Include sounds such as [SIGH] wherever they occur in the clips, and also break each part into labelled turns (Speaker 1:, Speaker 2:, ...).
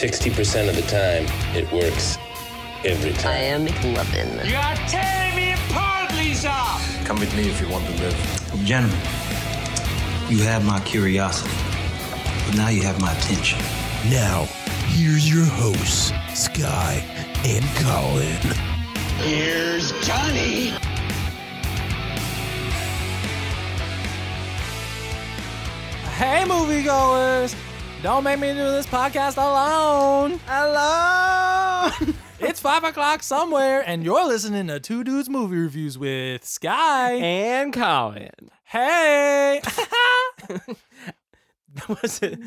Speaker 1: 60% of the time, it works every time.
Speaker 2: I am McLovin.
Speaker 3: You are tearing me apart, Lisa!
Speaker 4: Gentlemen, you have my curiosity, but now you have my attention.
Speaker 5: Now, here's your hosts, Sky and Colin.
Speaker 6: Hey, moviegoers! Don't make me do this podcast alone. Alone. it's five o'clock somewhere, [LAUGHS] and you're listening to Two Dudes Movie Reviews with Sky
Speaker 7: and Colin.
Speaker 6: Hey.
Speaker 7: Was it?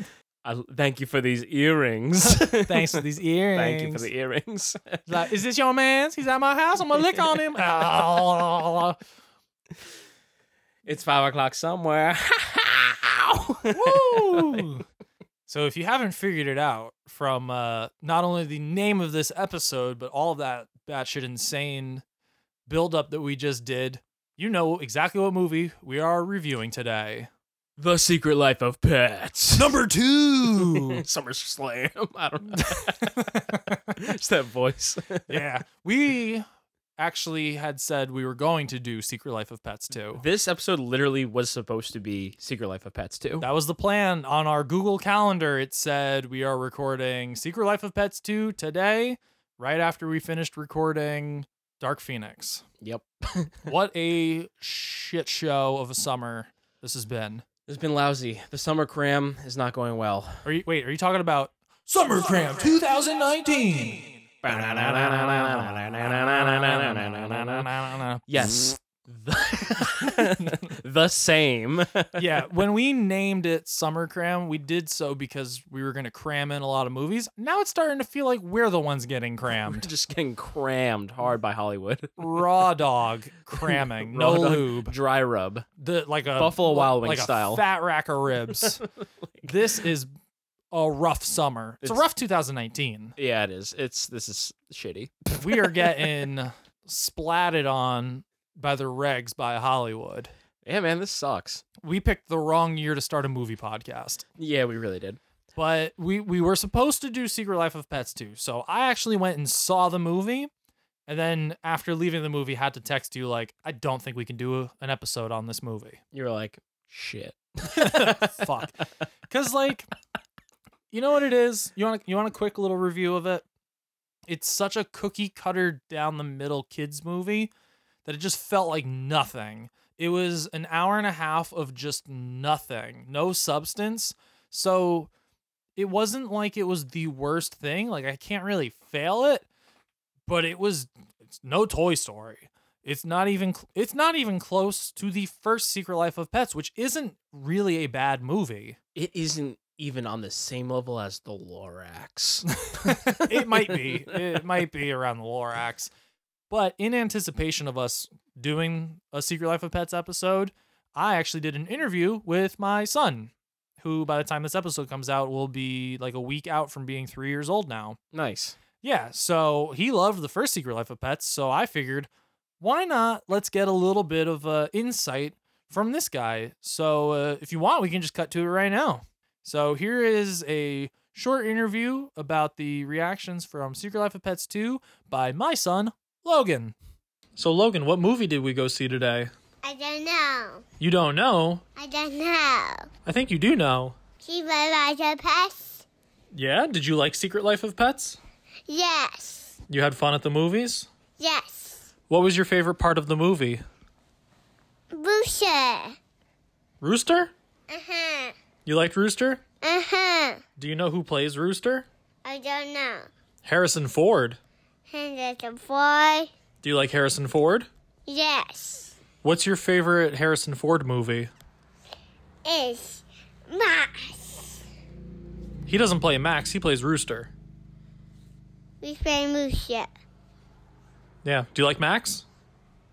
Speaker 7: I, thank you for these earrings.
Speaker 6: Thanks for these earrings.
Speaker 7: Thank you for the earrings.
Speaker 6: Like, is this your man's? He's at my house. I'm gonna lick on him. Ah.
Speaker 7: it's five o'clock somewhere. [LAUGHS]
Speaker 6: [LAUGHS] Woo. So if you haven't figured it out from uh, not only the name of this episode, but all of that batshit insane buildup that we just did, you know exactly what movie we are reviewing today.
Speaker 7: the Secret Life of Pets.
Speaker 6: Number two.
Speaker 7: [LAUGHS] Summer Slam. I don't
Speaker 6: [LAUGHS]
Speaker 7: know. [LAUGHS] it's that voice.
Speaker 6: yeah. We actually had said we were going to do Secret Life of Pets too.
Speaker 7: This episode literally was supposed to be Secret Life of Pets too.
Speaker 6: That was the plan. On our Google Calendar, it said we are recording Secret Life of Pets 2 today, right after we finished recording Dark Phoenix.
Speaker 7: Yep. [LAUGHS]
Speaker 6: what a shit show of a summer this has been.
Speaker 7: It's been lousy. The summer cram is not going well.
Speaker 6: Are you wait, are you talking about Summer Cram 2019?
Speaker 7: Yes. The, the same.
Speaker 6: [LAUGHS]
Speaker 7: [LAUGHS]
Speaker 6: yeah, when we named it Summer Cram, we did so because we were going to cram in a lot of movies. Now it's starting to feel like we're the ones getting crammed.
Speaker 7: [LAUGHS] Just getting crammed hard by Hollywood.
Speaker 6: Raw dog cramming, no
Speaker 7: Raw dog
Speaker 6: lube.
Speaker 7: Dry rub.
Speaker 6: the like a
Speaker 7: Buffalo Wild
Speaker 6: like
Speaker 7: Wings
Speaker 6: a
Speaker 7: style.
Speaker 6: fat rack of
Speaker 7: [LAUGHS]
Speaker 6: ribs. this is a rough summer. It's, a
Speaker 7: It's-
Speaker 6: rough 2019.
Speaker 7: Yeah, it is. It's this is shitty.
Speaker 6: We are getting splatted on by the regs by Hollywood.
Speaker 7: Yeah, man, this sucks.
Speaker 6: We picked the wrong year to start a movie podcast.
Speaker 7: Yeah, we really did.
Speaker 6: But we we were supposed to do Secret Life of Pets too. So I actually went and saw the movie and then after leaving the movie had to text you like I don't think we can do an episode on this movie.
Speaker 7: You were like, shit.
Speaker 6: [LAUGHS] fuck. Cause like, you know what it is. You want you want a quick little review of it. It's such a cookie cutter down the middle kids movie that it just felt like nothing. It was an hour and a half of just nothing, no substance. So it wasn't like it was the worst thing. Like I can't really fail it, but it was it's no Toy Story. It's not even cl- it's not even close to the first Secret Life of Pets, which isn't really a bad movie.
Speaker 7: It isn't even on the same level as the Lorax.
Speaker 6: [LAUGHS] It might be. it might be around the Lorax. But in anticipation of us doing a Secret Life of Pets episode, I actually did an interview with my son, who by the time this episode comes out will be like a week out from being 3 years old now.
Speaker 7: Nice.
Speaker 6: Yeah, so he loved the first Secret Life of Pets, so I figured, why not? Let's get a little bit of uh, insight from this guy. So uh, if you want, we can just cut to it right now. So here is a short interview about the reactions from Secret Life of Pets 2 by my son, Logan. So, Logan, what movie did we go see today?
Speaker 8: I don't know.
Speaker 6: You don't know.
Speaker 8: I don't know.
Speaker 6: I think you do know.
Speaker 8: She was a pest?
Speaker 6: Yeah, did you like Secret Life of Pets?
Speaker 8: Yes.
Speaker 6: You had fun at the movies?
Speaker 8: Yes.
Speaker 6: What was your favorite part of the movie?
Speaker 8: Booster.
Speaker 6: Rooster?
Speaker 8: Uh-huh.
Speaker 6: You liked Rooster?
Speaker 8: Uh-huh.
Speaker 6: Do you know who plays Rooster?
Speaker 8: I don't know.
Speaker 6: Harrison Ford.
Speaker 8: And there's a boy.
Speaker 6: Do you like Harrison Ford?
Speaker 8: Yes.
Speaker 6: What's your favorite Harrison Ford movie?
Speaker 8: It's Max.
Speaker 6: He doesn't play Max, he plays Rooster.
Speaker 8: We play moose yet.
Speaker 7: Yeah. Do you like Max?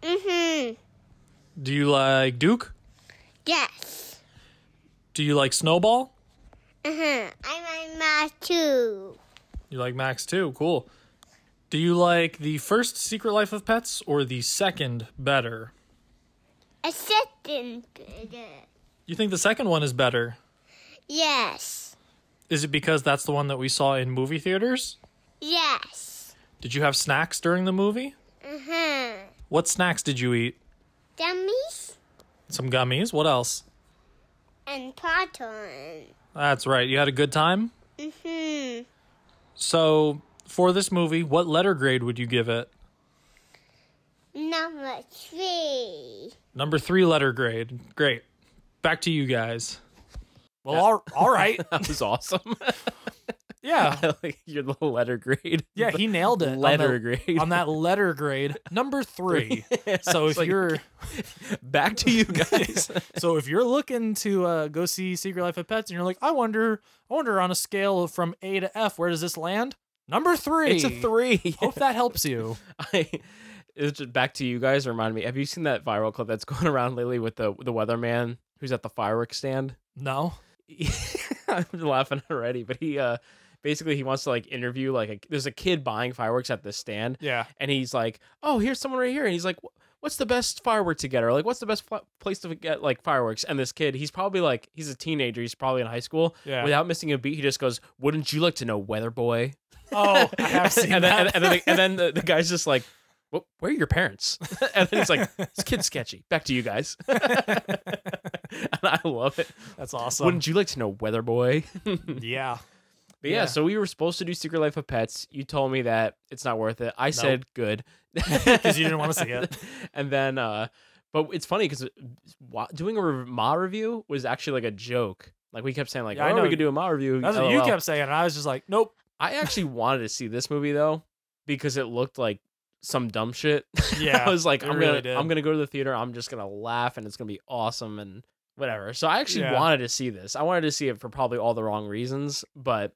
Speaker 8: Mm-hmm.
Speaker 7: Do you like Duke?
Speaker 8: Yes.
Speaker 7: Do you like Snowball?
Speaker 8: Uh-huh. I'm on my two.
Speaker 7: You like Max too. Cool. Do you like the first Secret Life of Pets or the second better?
Speaker 8: A second. bigger.
Speaker 7: You think the second one is better?
Speaker 8: Yes.
Speaker 7: Is it because that's the one that we saw in movie theaters?
Speaker 8: Yes.
Speaker 7: Did you have snacks during the movie?
Speaker 8: Uh-huh.
Speaker 7: What snacks did you eat?
Speaker 8: Dummies
Speaker 7: Some gummies. What else?
Speaker 8: and potton.
Speaker 7: That's right. You had a good time?
Speaker 8: Mm-hmm.
Speaker 7: So, for this movie, what letter grade would you give it?
Speaker 8: Number three.
Speaker 7: Number three letter grade. Great. Back to you guys.
Speaker 6: Well, all,
Speaker 7: [LAUGHS]
Speaker 6: all right.
Speaker 7: That was
Speaker 2: [LAUGHS]
Speaker 7: awesome.
Speaker 6: Yeah.
Speaker 7: like your little letter grade.
Speaker 6: Yeah, he nailed it. on
Speaker 7: Letter
Speaker 6: the-
Speaker 7: grade.
Speaker 2: [LAUGHS]
Speaker 6: On that letter grade, number three. so
Speaker 2: [LAUGHS]
Speaker 6: if you're
Speaker 7: Back to you guys.
Speaker 6: so if you're looking to uh, go see Secret Life of Pets and you're like, I wonder, I wonder on a scale from A to F, where does this land? Number three.
Speaker 2: It's a three.
Speaker 6: [LAUGHS] Hope that helps you.
Speaker 2: [LAUGHS] I, it's just back to you guys. Remind me. Have you seen that viral clip that's [LAUGHS] going around lately with the the weatherman who's at the fireworks stand? [LAUGHS]
Speaker 6: No.
Speaker 2: I'm laughing already, but he uh basically he wants to like interview like a, there's a kid buying fireworks at this stand,
Speaker 6: Yeah.
Speaker 2: and he's like, "Oh, here's someone right here," and he's like, "Wh- "What's the best firework to get?" Or like, "What's the best fl- place to get like fireworks?" And this kid, he's probably like, he's a teenager, he's probably in high school.
Speaker 6: Yeah.
Speaker 2: Without missing a beat, he just goes, "Wouldn't you like to know, weather boy?"
Speaker 6: Oh,
Speaker 2: [LAUGHS]
Speaker 6: I have seen
Speaker 2: and, then,
Speaker 6: that.
Speaker 2: and, then the, and
Speaker 6: [LAUGHS]
Speaker 2: then the, the guy's just like, "Wh- "Where are your parents?" and then he's like, [LAUGHS] "This kid's sketchy." Back to you guys. [LAUGHS] and I love it.
Speaker 6: [LAUGHS] That's awesome.
Speaker 2: Wouldn't you like to know, weather boy?
Speaker 6: yeah.
Speaker 2: But yeah, so we were supposed to do Secret Life of Pets. You told me that it's not worth it. I said
Speaker 6: [LAUGHS]
Speaker 2: good.
Speaker 6: Because you didn't want to see it.
Speaker 2: [LAUGHS] and then uh but it's funny because doing a re- ma review was actually like a joke. Like we kept saying like,
Speaker 6: Yeah, I
Speaker 2: "Oh, we
Speaker 6: know.
Speaker 2: could do a ma review." Oh,
Speaker 6: That's what you
Speaker 2: LOL.
Speaker 6: kept saying, and I was just like, nope.
Speaker 2: I actually wanted to see this movie though because it looked like some dumb shit. [LAUGHS]
Speaker 6: Yeah,
Speaker 2: I was like,
Speaker 6: it
Speaker 2: I'm
Speaker 6: really
Speaker 2: gonna
Speaker 6: did.
Speaker 2: I'm gonna go to the theater. I'm just gonna laugh and it's gonna be awesome and whatever. So I actually
Speaker 6: Yeah.
Speaker 2: wanted to see this. I wanted to see it for probably all the wrong reasons, but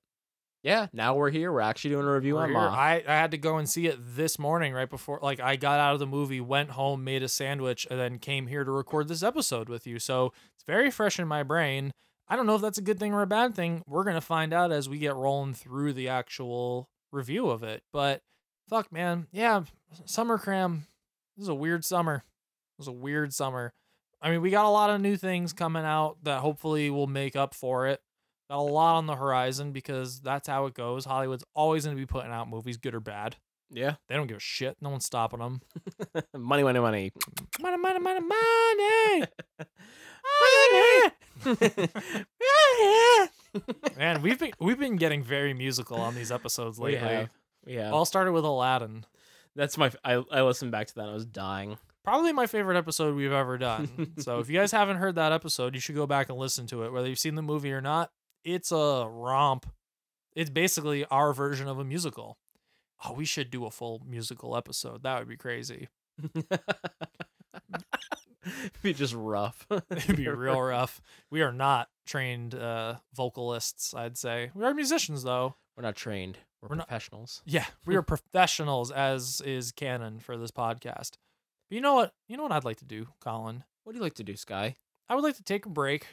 Speaker 2: yeah, now we're here. We're actually doing a review
Speaker 6: We're
Speaker 2: on
Speaker 6: Oh, here.
Speaker 2: Ma.
Speaker 6: I, I had to go and see it this morning right before like I got out of the movie, went home, made a sandwich, and then came here to record this episode with you. So it's very fresh in my brain. I don't know if that's a good thing or a bad thing. We're gonna find out as we get rolling through the actual review of it. But fuck man, yeah, summer cram. This is a weird summer. It was a weird summer. I mean, we got a lot of new things coming out that hopefully will make up for it. Got a lot on the horizon because that's how it goes. Hollywood's always going to be putting out movies, good or bad.
Speaker 2: yeah, [LAUGHS]
Speaker 6: They don't give a shit. No one's stopping them.
Speaker 2: money, money,
Speaker 6: [LAUGHS]
Speaker 2: money.
Speaker 6: Money, money, money,
Speaker 2: [LAUGHS]
Speaker 6: money. [LAUGHS] Man, we've been we've been getting very musical on these episodes
Speaker 2: We
Speaker 6: lately.
Speaker 2: have. Yeah,
Speaker 6: All started with Aladdin.
Speaker 2: that's my. f- I I listened back to that. And I was dying. [LAUGHS]
Speaker 6: Probably my favorite episode we've ever done. so if you guys haven't heard that episode, you should go back and listen to it, whether you've seen the movie or not. It's a romp. It's basically our version of a musical. Oh, we should do a full musical episode. That would be crazy.
Speaker 2: It'd be just rough. [LAUGHS]
Speaker 6: It'd be real rough. We are not trained uh, vocalists, I'd say. We are musicians, though.
Speaker 2: We're not trained. We're,
Speaker 6: We're not-
Speaker 2: professionals.
Speaker 6: Yeah, we are professionals, as is canon for this podcast. But you know what? You know what I'd like to do, Colin.
Speaker 2: What do you like to do, Sky?
Speaker 6: I would like to take a break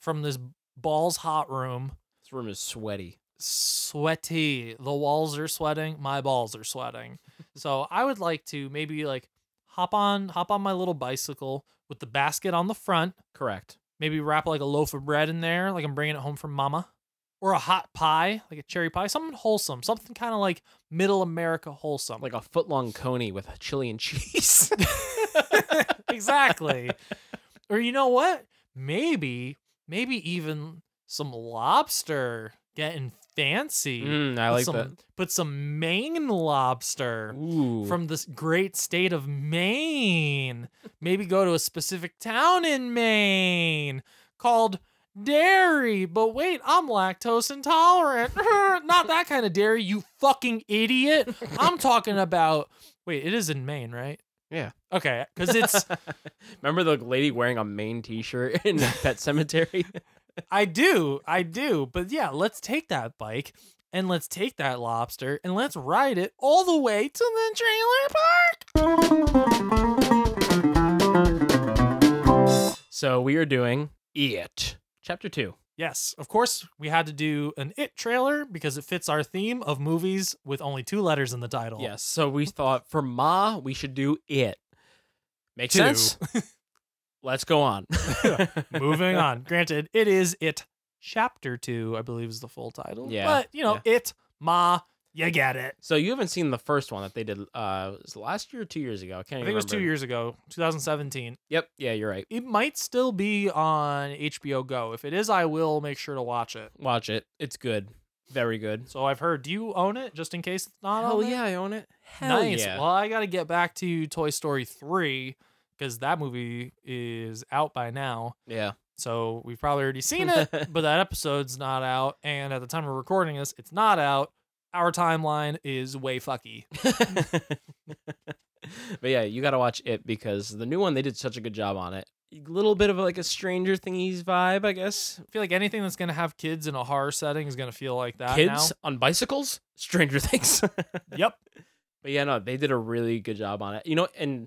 Speaker 6: from this balls hot room.
Speaker 2: This room is sweaty.
Speaker 6: Sweaty. The walls are sweating. My balls are sweating. so I would like to maybe like hop on hop on my little bicycle with the basket on the front.
Speaker 2: Correct.
Speaker 6: Maybe wrap like a loaf of bread in there, like I'm bringing it home from mama, or a hot pie, like a cherry pie, something wholesome, something kind of like middle America wholesome.
Speaker 2: Like [LAUGHS] a foot long coney with chili and cheese.
Speaker 6: [LAUGHS] exactly. or you know what? Maybe, maybe even some lobster getting fancy.
Speaker 2: mm, I
Speaker 6: Put
Speaker 2: like
Speaker 6: some,
Speaker 2: that.
Speaker 6: Put some Maine lobster
Speaker 2: Ooh.
Speaker 6: from this great state of Maine. Maybe go to a specific town in Maine called dairy. But wait, I'm lactose intolerant. [LAUGHS] Not that kind of dairy, you fucking idiot. I'm talking about. Wait, it is in Maine, right?
Speaker 2: Yeah.
Speaker 6: Okay, because [LAUGHS] it's.
Speaker 2: Remember the lady wearing a Maine t shirt in
Speaker 6: [LAUGHS]
Speaker 2: the pet cemetery?
Speaker 6: I do, I do. But yeah, let's take that bike and let's take that lobster and let's ride it all the way to the trailer park.
Speaker 2: So we are doing It, Chapter 2.
Speaker 6: Yes, of course, we had to do an It trailer because it fits our theme of movies with only two letters in the title.
Speaker 2: Yes, [LAUGHS] so we thought for Ma, we should do It. Makes
Speaker 6: Two. [LAUGHS]
Speaker 2: sense? Let's go on. [LAUGHS]
Speaker 6: Moving on. Granted, it is It Chapter 2, I believe is the full title.
Speaker 2: Yeah,
Speaker 6: But, you know, It, Ma, you get it.
Speaker 2: So you haven't seen the first one that they did uh was it last year or two years ago? I can't
Speaker 6: I
Speaker 2: even
Speaker 6: think it was two
Speaker 2: remember.
Speaker 6: years ago, 2017.
Speaker 2: Yep. Yeah, you're right.
Speaker 6: It might still be on HBO Go. If it is, I will make sure to watch it.
Speaker 2: Watch it. It's good. Very good.
Speaker 6: So I've heard. Do you own it? Just in case it's not
Speaker 2: Hell
Speaker 6: on. there?
Speaker 2: yeah, I own it. Hell
Speaker 6: nice.
Speaker 2: yeah.
Speaker 6: Well, I got to get back to Toy Story three because that movie is out by now.
Speaker 2: Yeah. [LAUGHS]
Speaker 6: So we've probably already seen it, but that episode's not out. And at the time we're recording this, it's not out. Our timeline is way fucky.
Speaker 2: But yeah, you gotta watch it because the new one they did such a good job on it. Little bit of like a Stranger Thingies vibe, I guess.
Speaker 6: I feel like anything that's gonna have kids in a horror setting is gonna feel like that.
Speaker 2: Kids
Speaker 6: now.
Speaker 2: on bicycles, Stranger Things. [LAUGHS]
Speaker 6: Yep.
Speaker 2: But yeah, no, they did a really good job on it. You know, and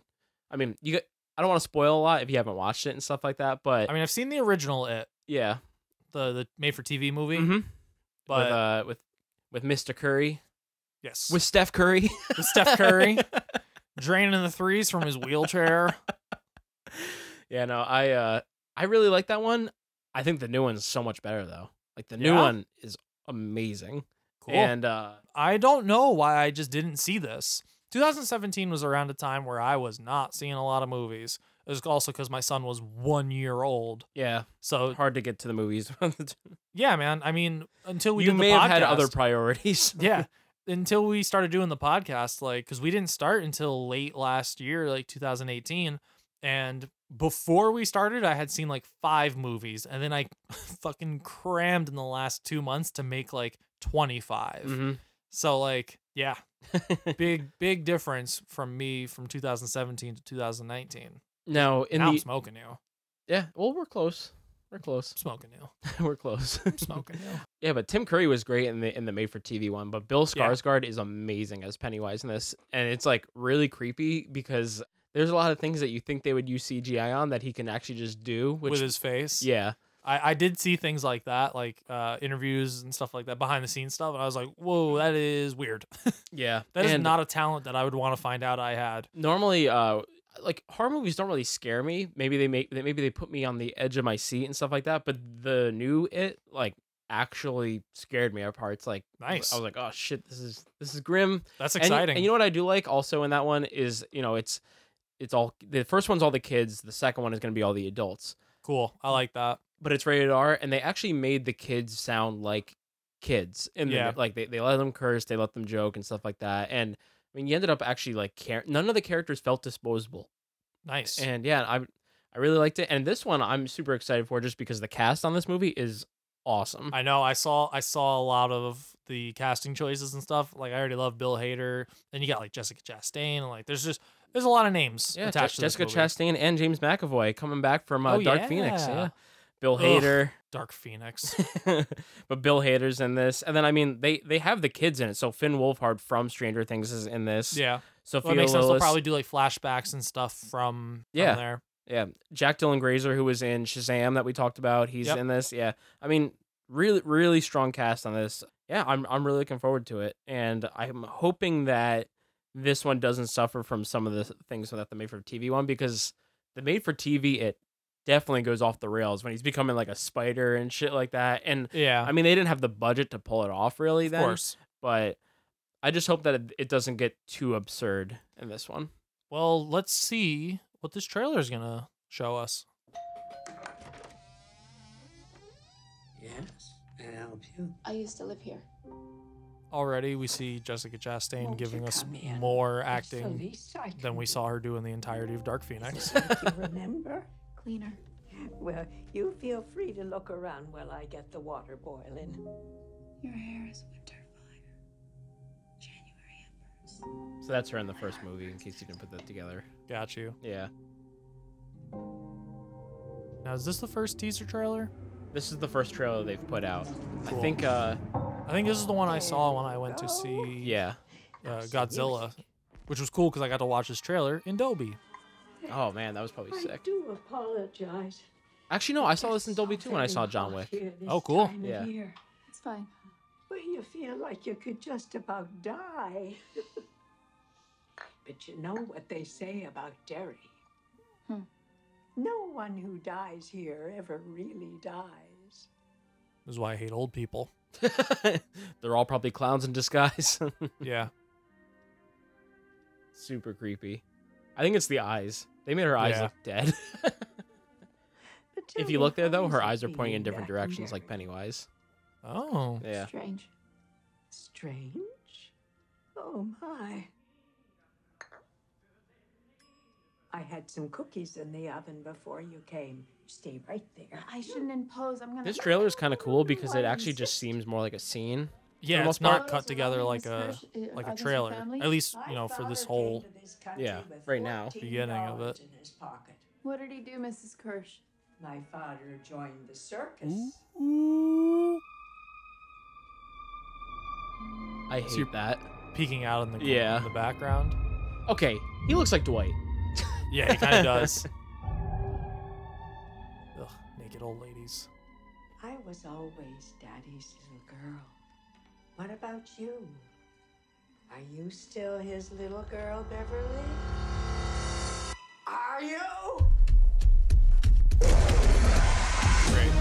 Speaker 2: I mean, you. Got, I don't want to spoil a lot if you haven't watched it and stuff like that. But
Speaker 6: I mean, I've seen the original It,
Speaker 2: yeah,
Speaker 6: the the made for TV movie.
Speaker 2: Mhm.
Speaker 6: But
Speaker 2: with uh, with with Mr. Curry,
Speaker 6: yes,
Speaker 2: with Steph Curry, [LAUGHS]
Speaker 6: with Steph Curry draining the threes from his wheelchair.
Speaker 2: yeah, no, I uh, I really like that one. I think the new one's so much better though. Like the new
Speaker 6: Yeah?
Speaker 2: one is amazing.
Speaker 6: Cool.
Speaker 2: And uh,
Speaker 6: I don't know why I just didn't see this. 2017 was around a time where I was not seeing a lot of movies. It was also because my son was one year old.
Speaker 2: yeah,
Speaker 6: So
Speaker 2: hard to get to the movies. [LAUGHS]
Speaker 6: yeah, man. I mean, until we
Speaker 2: you
Speaker 6: did
Speaker 2: may
Speaker 6: the podcast,
Speaker 2: have had other priorities. [LAUGHS]
Speaker 6: yeah. Until we started doing the podcast, like, because we didn't start until late last year, like 2018. And before we started, I had seen like five movies. And then I [LAUGHS] fucking crammed in the last two months to make like 25.
Speaker 2: Mhm.
Speaker 6: So, like, yeah,
Speaker 2: [LAUGHS]
Speaker 6: big, big difference from me from 2017 to 2019.
Speaker 2: Now in
Speaker 6: now I'm
Speaker 2: the
Speaker 6: smoking you.
Speaker 2: yeah, well, we're close. We're close.
Speaker 6: Smoking
Speaker 2: [LAUGHS]
Speaker 6: you.
Speaker 2: we're close.
Speaker 6: Smoking you.
Speaker 2: [LAUGHS] Yeah, but Tim Curry was great in the in the made for TV one, but Bill
Speaker 6: Yeah.
Speaker 2: Skarsgård is amazing as Pennywise in this, and it's like really creepy because there's a lot of things that you think they would use CGI on that he can actually just do. Which
Speaker 6: With his face.
Speaker 2: yeah,
Speaker 6: I, I did see things like that, like uh, interviews and stuff like that, behind the scenes stuff, and I was like, "Whoa, that is weird. [LAUGHS]
Speaker 2: yeah,
Speaker 6: That is
Speaker 2: and
Speaker 6: not a talent that I would want to find out I had."
Speaker 2: normally uh like horror movies don't really scare me. Maybe they make maybe they put me on the edge of my seat and stuff like that. But the new it like actually scared me. Our parts like
Speaker 6: Nice.
Speaker 2: I was like, oh shit, this is this is grim.
Speaker 6: That's
Speaker 2: And you-
Speaker 6: exciting.
Speaker 2: And, you know what I do like also in that one is you know it's it's all the first one's all the kids, the second one is going to be all the adults,
Speaker 6: cool. I like that.
Speaker 2: but it's rated R, and they actually made the kids sound like kids, and
Speaker 6: Yeah.
Speaker 2: like they they let them curse, they let them joke and stuff like that, and I mean you ended up actually like care. None of the characters felt disposable,
Speaker 6: Nice.
Speaker 2: and yeah, I I really liked it, and this one I'm super excited for just because the cast on this movie is awesome.
Speaker 6: I know. I saw. I saw a lot of the casting choices and stuff. Like I already love Bill Hader, and you got like Jessica Chastain, and like there's just there's a lot of names
Speaker 2: yeah,
Speaker 6: attached
Speaker 2: Je-
Speaker 6: to this
Speaker 2: Jessica
Speaker 6: movie.
Speaker 2: Chastain and James McAvoy coming back from uh,
Speaker 6: Oh,
Speaker 2: Dark Phoenix,
Speaker 6: yeah.
Speaker 2: yeah, Bill
Speaker 6: Ugh.
Speaker 2: Hader. [LAUGHS]
Speaker 6: Dark Phoenix.
Speaker 2: but Bill Hader's in this, and then I mean they they have the kids in it. So Finn Wolfhard from Stranger Things is in this.
Speaker 6: yeah.
Speaker 2: Sophia
Speaker 6: Well, it makes sense. They'll
Speaker 2: Lillis,
Speaker 6: probably do like flashbacks and stuff from
Speaker 2: Yeah.
Speaker 6: from there.
Speaker 2: yeah. Jack Dylan Grazer, who was in Shazam that we talked about, he's
Speaker 6: Yep.
Speaker 2: in this. Yeah, I mean, really, really strong cast on this. Yeah, I'm I'm really looking forward to it, and I'm hoping that this one doesn't suffer from some of the things that the made for TV one because the made for TV it definitely goes off the rails when he's becoming like a spider and shit like that. And
Speaker 6: Yeah.
Speaker 2: I mean, they didn't have the budget to pull it off really.
Speaker 6: of
Speaker 2: then,
Speaker 6: course.
Speaker 2: but I just hope that it, it doesn't get too absurd in this one.
Speaker 6: Well, let's see what this trailer is gonna show us.
Speaker 4: Yes, may I help you?
Speaker 9: I used to live here.
Speaker 6: Already, we see Jessica Chastain
Speaker 9: Won't
Speaker 6: giving
Speaker 9: you
Speaker 6: us
Speaker 9: come in?
Speaker 6: more
Speaker 9: It's the
Speaker 6: acting
Speaker 9: least I can
Speaker 6: than we saw her do in the entirety of Dark Phoenix. [LAUGHS]
Speaker 10: you remember?
Speaker 9: Cleaner.
Speaker 10: Well, you feel free to look around while I get the water boiling.
Speaker 9: Your hair is winter.
Speaker 2: So that's her in the first movie, in case you didn't put that together.
Speaker 6: Got you.
Speaker 2: Yeah.
Speaker 6: Now, is this the first teaser trailer?
Speaker 2: This is the first trailer they've put out.
Speaker 6: Cool.
Speaker 2: I think uh
Speaker 6: I think this is the one I saw when I went to see
Speaker 2: yeah
Speaker 6: uh, Godzilla, which was cool because I got to watch this trailer in Dolby.
Speaker 2: Oh man, that was probably
Speaker 10: I do apologize.
Speaker 2: Actually, no, I saw this in Dolby too when I saw John Wick.
Speaker 10: Here
Speaker 6: Oh,
Speaker 10: this time of
Speaker 2: Yeah.
Speaker 10: year.
Speaker 9: It's fine.
Speaker 10: Well, you feel like you could just about die. [LAUGHS] but you know what they say about Derry.
Speaker 9: Hmm.
Speaker 10: No one who dies here ever really dies.
Speaker 6: This is why I hate old people.
Speaker 2: They're all probably clowns in disguise. [LAUGHS]
Speaker 6: yeah.
Speaker 2: Super creepy. I think it's the eyes. They made her eyes
Speaker 6: Yeah.
Speaker 2: look dead.
Speaker 10: [LAUGHS] But tell
Speaker 2: if you
Speaker 10: me,
Speaker 2: look there
Speaker 10: how
Speaker 2: though,
Speaker 10: is
Speaker 2: her
Speaker 10: it
Speaker 2: eyes are
Speaker 10: being
Speaker 2: pointing in different
Speaker 10: back
Speaker 2: directions
Speaker 10: Derry?
Speaker 2: like Pennywise.
Speaker 6: Oh.
Speaker 2: Yeah.
Speaker 9: Strange.
Speaker 10: Strange? Oh my. I had some cookies in the oven before you came. Stay right there.
Speaker 9: I shouldn't impose. I'm gonna.
Speaker 2: This trailer is kind of cool because it actually just seems more like a scene.
Speaker 6: Yeah,
Speaker 2: For the
Speaker 6: it's
Speaker 2: most part.
Speaker 6: not cut together like a
Speaker 9: Is her-
Speaker 6: like
Speaker 9: uh, are
Speaker 6: a
Speaker 9: these her
Speaker 6: trailer.
Speaker 9: family?
Speaker 6: At least you know for this whole
Speaker 2: Yeah, right now.
Speaker 6: beginning of it.
Speaker 10: In his pocket.
Speaker 9: What did he do, Mrs. Kirsch?
Speaker 10: My father joined the circus.
Speaker 2: I hate
Speaker 6: So you're
Speaker 2: that.
Speaker 6: peeking out in the
Speaker 2: Yeah.
Speaker 6: in the background.
Speaker 2: Okay, he looks like Dwight.
Speaker 6: Yeah, he kind of does. Ugh, naked old ladies.
Speaker 10: I was always Daddy's little girl. What about you? Are you still his little girl, Beverly? Are you?
Speaker 6: Great. You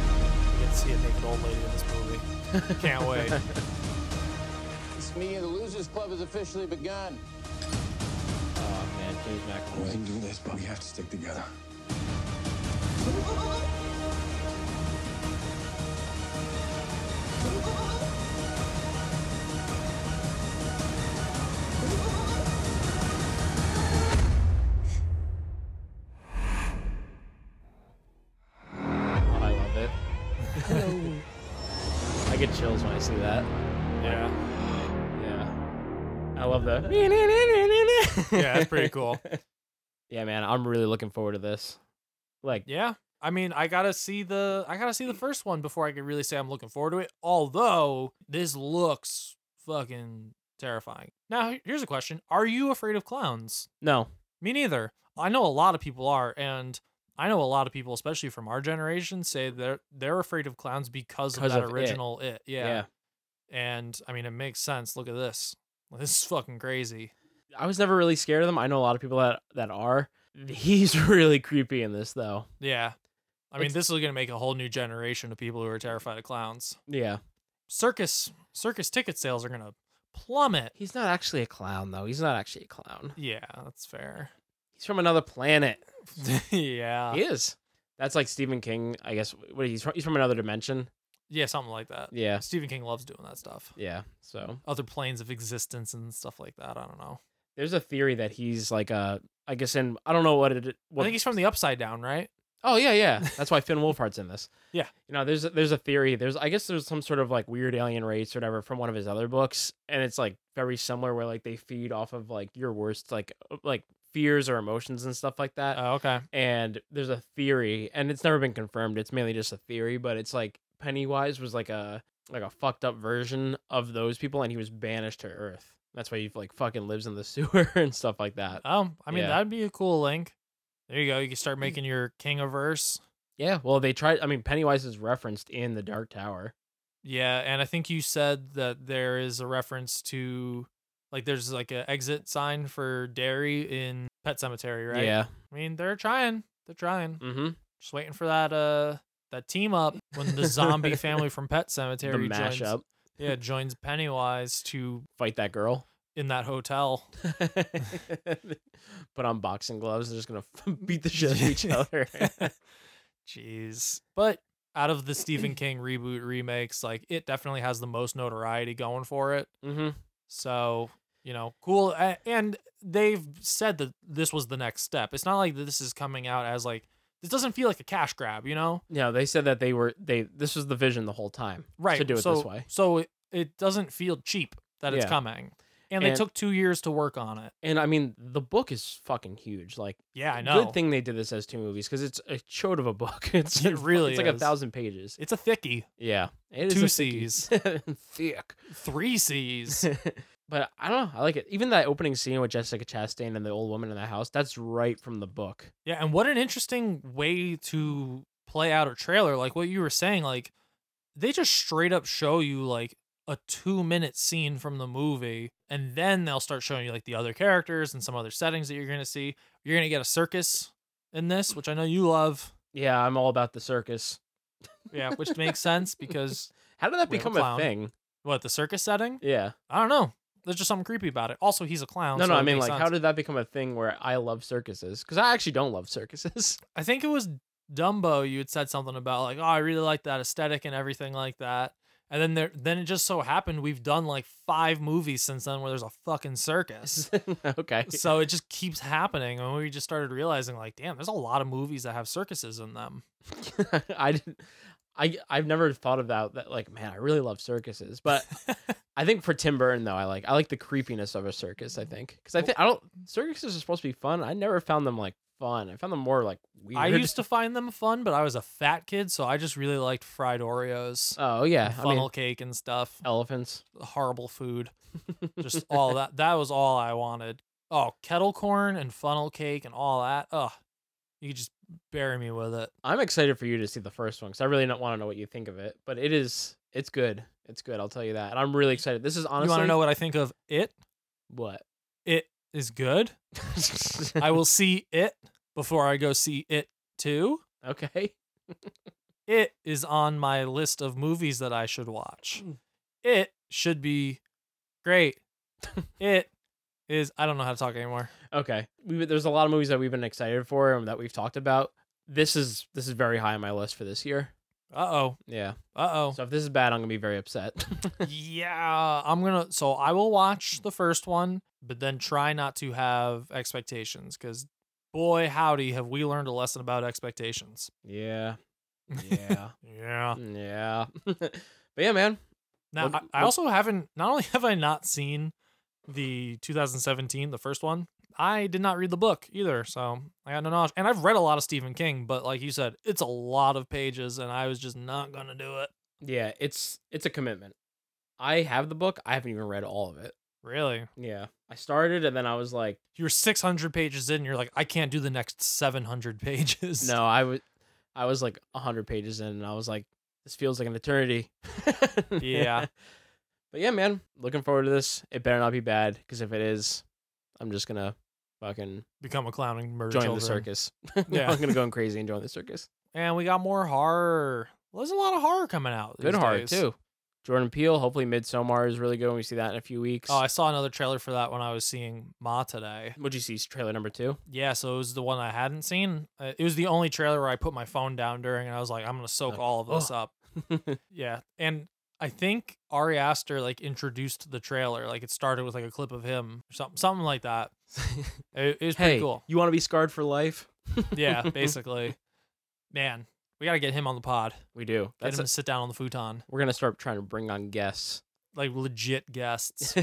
Speaker 6: get to see a naked old lady in this movie. Can't wait.
Speaker 11: This meeting of the Losers Club has officially begun.
Speaker 2: Oh man, James McAvoy.
Speaker 12: We can do this, but we have to stick together.
Speaker 2: I love it. I get chills when I see that.
Speaker 6: Yeah.
Speaker 2: Yeah. I love that.
Speaker 6: Yeah, that's pretty cool.
Speaker 2: [LAUGHS] yeah, man, I'm really looking forward to this. Like,
Speaker 6: Yeah. I mean, I gotta see the I gotta see the first one before I can really say I'm looking forward to it. Although this looks fucking terrifying. Now he- here's a question: Are you afraid of clowns?
Speaker 2: no.
Speaker 6: Me neither. I know a lot of people are, and I know a lot of people, especially from our generation, say they're they're afraid of clowns because of
Speaker 2: Because
Speaker 6: that
Speaker 2: of it.
Speaker 6: original it. Yeah. And I mean, it makes sense. Look at this. [LAUGHS] This is fucking crazy.
Speaker 2: I was never really scared of them. I know a lot of people that, that are. He's [LAUGHS] really creepy in this, though.
Speaker 6: Yeah. I mean,
Speaker 2: It's-
Speaker 6: this is gonna make a whole new generation of people who are terrified of clowns.
Speaker 2: Yeah.
Speaker 6: circus circus ticket sales are gonna plummet.
Speaker 2: He's not actually a clown, though. He's not actually a clown.
Speaker 6: Yeah,
Speaker 2: [LAUGHS]
Speaker 6: that's fair. [LAUGHS]
Speaker 2: He's from another planet.
Speaker 6: yeah,
Speaker 2: He is. That's like Stephen King, I guess. What he's from, he's from another dimension.
Speaker 6: yeah, something like that.
Speaker 2: Yeah.
Speaker 6: Stephen King loves doing that stuff.
Speaker 2: Yeah. So
Speaker 6: Other planes of existence and stuff like that. I don't know.
Speaker 2: there's a theory that he's like a, I guess in I don't know what it. What,
Speaker 6: I think he's from the Upside Down, right?
Speaker 2: Oh yeah,
Speaker 6: [LAUGHS]
Speaker 2: yeah. That's why Finn Wolfhard's in this.
Speaker 6: Yeah.
Speaker 2: You know, there's a, there's a theory. There's I guess there's some sort of like weird alien race or whatever from one of his other books, and it's like very similar where like they feed off of like your worst like uh, like fears or emotions and stuff like that.
Speaker 6: Oh, okay.
Speaker 2: And there's a theory, and it's never been confirmed. It's mainly just a theory, but it's like Pennywise was like a like a fucked up version of those people, and he was banished to Earth. That's why he like fucking lives in the [LAUGHS] sewer and stuff like that.
Speaker 6: Oh, I mean
Speaker 2: Yeah. Mm.
Speaker 6: that'd be a cool link. There you go. You can start making your King of verse.
Speaker 2: Yeah, well, they tried. I mean, Pennywise is referenced in the Dark Tower.
Speaker 6: Yeah, and I think you said that there is a reference to like there's like an exit sign for Dairy in Pet Cemetery, right?
Speaker 2: Yeah.
Speaker 6: I mean, they're trying. They're trying.
Speaker 2: Mm-hmm.
Speaker 6: Just waiting for that uh that team up when the
Speaker 2: [LAUGHS]
Speaker 6: zombie family from Pet Cemetery
Speaker 2: The
Speaker 6: joins.
Speaker 2: mashup.
Speaker 6: Yeah, joins Pennywise to
Speaker 2: Fight that
Speaker 6: [LAUGHS]
Speaker 2: girl.
Speaker 6: in that hotel.
Speaker 2: Put on boxing gloves. They're just gonna [LAUGHS] beat the shit out of
Speaker 6: [LAUGHS]
Speaker 2: each other.
Speaker 6: Jeez. But out of
Speaker 2: [CLEARS THROAT]
Speaker 6: the Stephen King reboot remakes, like it definitely has the most notoriety going for it.
Speaker 2: Mm-hmm.
Speaker 6: So, you know, cool. A- And they've said that this was the next step. It's not like that this is coming out as like, this doesn't feel like a cash grab, you know?
Speaker 2: No, they said that they were they. This was the vision the whole time,
Speaker 6: Right.
Speaker 2: To do it
Speaker 6: so,
Speaker 2: this way,
Speaker 6: So it, it doesn't feel cheap that it's
Speaker 2: Yeah.
Speaker 6: coming. And they took two years to work on it.
Speaker 2: And I mean, the book is fucking huge. Like,
Speaker 6: Yeah, I know.
Speaker 2: Good thing they did this as two movies because it's a chode of a book. [LAUGHS] It's
Speaker 6: It really
Speaker 2: it's like a
Speaker 6: is.
Speaker 2: thousand pages.
Speaker 6: It's a thickie.
Speaker 2: Yeah, it
Speaker 6: Two
Speaker 2: a thicky.
Speaker 6: C's.
Speaker 2: [LAUGHS] thick.
Speaker 6: Three C's.
Speaker 2: [LAUGHS] But I don't know. I like it. Even that opening scene with Jessica Chastain and the old woman in the house. That's right from the book.
Speaker 6: Yeah, and what an interesting way to play out a trailer. Like what you were saying, like they just straight up show you like a two minute scene from the movie, and then they'll start showing you like the other characters and some other settings that you're gonna see. You're gonna get a circus in this, which I know you love.
Speaker 2: Yeah, I'm all about the circus.
Speaker 6: Yeah, which makes sense because
Speaker 2: how did that
Speaker 6: we have
Speaker 2: become a
Speaker 6: clown.
Speaker 2: thing?
Speaker 6: What the circus setting?
Speaker 2: Yeah.
Speaker 6: I don't know. There's just something creepy about it. Also, he's a clown.
Speaker 2: No,
Speaker 6: so
Speaker 2: no. I
Speaker 6: it
Speaker 2: mean,
Speaker 6: makes
Speaker 2: like,
Speaker 6: sense.
Speaker 2: how did that become a thing where I love circuses? Because I actually don't love circuses. [LAUGHS]
Speaker 6: I think it was Dumbo. You had said something about like, oh, I really like that aesthetic and everything like that. And then there, then it just so happened we've done like five movies since then where there's a
Speaker 2: [LAUGHS]
Speaker 6: fucking circus.
Speaker 2: okay.
Speaker 6: [LAUGHS] so it just keeps happening, and we just started realizing like, damn, there's a lot of movies that have circuses in them.
Speaker 2: I didn't. I I've never thought about that. Like, man, I really love circuses, but [LAUGHS]
Speaker 6: [LAUGHS]
Speaker 2: I think for Tim Burton though, I like I like the creepiness of a circus. I think because I think I don't circuses are supposed to be fun. I never found them like fun. I found them more like weird.
Speaker 6: I used to find them fun, but I was a fat kid, so I just really liked fried Oreos,
Speaker 2: Oh yeah,
Speaker 6: and
Speaker 2: I mean,
Speaker 6: funnel cake, and stuff.
Speaker 2: elephants.
Speaker 6: horrible food. Just all that. That was all I wanted. Oh, kettle corn and funnel cake and all that. Ugh. You could just bury me with it.
Speaker 2: I'm excited for you to see the first one because I really don't want to know what you think of it, but it is it's good. It's good. I'll tell you that, and I'm really excited. This is honestly
Speaker 6: you want to know what I think of it?
Speaker 2: [LAUGHS] what
Speaker 6: It is good. I will see it before I go see it too.
Speaker 2: [LAUGHS] Okay.
Speaker 6: it is on my list of movies that I should watch. It should be great. it is. I don't know how to talk anymore.
Speaker 2: Okay. We, there's a lot of movies that we've been excited for and that we've talked about. This is this is very high on my list for this year.
Speaker 6: Uh oh.
Speaker 2: Yeah.
Speaker 6: Uh oh.
Speaker 2: So if this is bad, I'm gonna be very upset. [LAUGHS]
Speaker 6: yeah, I'm gonna. So I will watch the first one, but then try not to have expectations because, boy, howdy, have we learned a lesson about expectations.
Speaker 2: yeah. Yeah.
Speaker 6: Yeah.
Speaker 2: yeah. [LAUGHS] but yeah, man.
Speaker 6: Now
Speaker 2: Mm, What-
Speaker 6: I, I
Speaker 2: what-
Speaker 6: also haven't. Not only [LAUGHS] have I not seen the 2017, the first one, I did not read the book either. So I got no knowledge. And I've read a lot of Stephen King, but like you said, it's a lot of pages, and I was just not gonna do it.
Speaker 2: Yeah, it's it's a commitment. I have the book. I haven't even read all of it.
Speaker 6: Really,
Speaker 2: Yeah. I started and then I was like,
Speaker 6: you're 600 pages in. You're like, I can't do the next 700 pages.
Speaker 2: no, I was I was like 100 pages in and I was like this feels like an eternity.
Speaker 6: Yeah.
Speaker 2: [LAUGHS] But yeah, man, looking forward to this. It better not be bad because if it is, I'm just going to fucking
Speaker 6: become a clown and murder
Speaker 2: join
Speaker 6: children.
Speaker 2: the
Speaker 6: [LAUGHS]
Speaker 2: circus. [LAUGHS]
Speaker 6: Yeah.
Speaker 2: I'm gonna go crazy and join the
Speaker 6: [LAUGHS]
Speaker 2: circus.
Speaker 6: And we got more horror. Well, there's a lot of horror coming out.
Speaker 2: Good
Speaker 6: these
Speaker 2: horror
Speaker 6: days.
Speaker 2: too. Jordan Peele, hopefully Midsommar is really good. when We see that in a few weeks.
Speaker 6: Oh, I saw another trailer for that when I was seeing Ma today.
Speaker 2: What'd you see? Trailer number
Speaker 6: [LAUGHS]
Speaker 2: two.
Speaker 6: Yeah, so it was the one I hadn't seen. Uh, it was the only trailer where I put my phone down during, and I was like, I'm gonna soak
Speaker 2: Like,
Speaker 6: all of this
Speaker 2: ugh.
Speaker 6: up.
Speaker 2: [LAUGHS]
Speaker 6: Yeah, and I think Ari Aster like introduced the trailer. Like it started with like a clip of him, or something, something like that. It, it was
Speaker 2: [LAUGHS]
Speaker 6: pretty
Speaker 2: hey,
Speaker 6: cool.
Speaker 2: you want to be scarred for life? [LAUGHS]
Speaker 6: Yeah, basically, man, we gotta get him on the pod.
Speaker 2: We do.
Speaker 6: Get
Speaker 2: That's
Speaker 6: him to sit down on the futon.
Speaker 2: we're gonna start trying to bring on
Speaker 6: [LAUGHS]
Speaker 2: guests.
Speaker 6: like legit
Speaker 2: [LAUGHS]
Speaker 6: guests.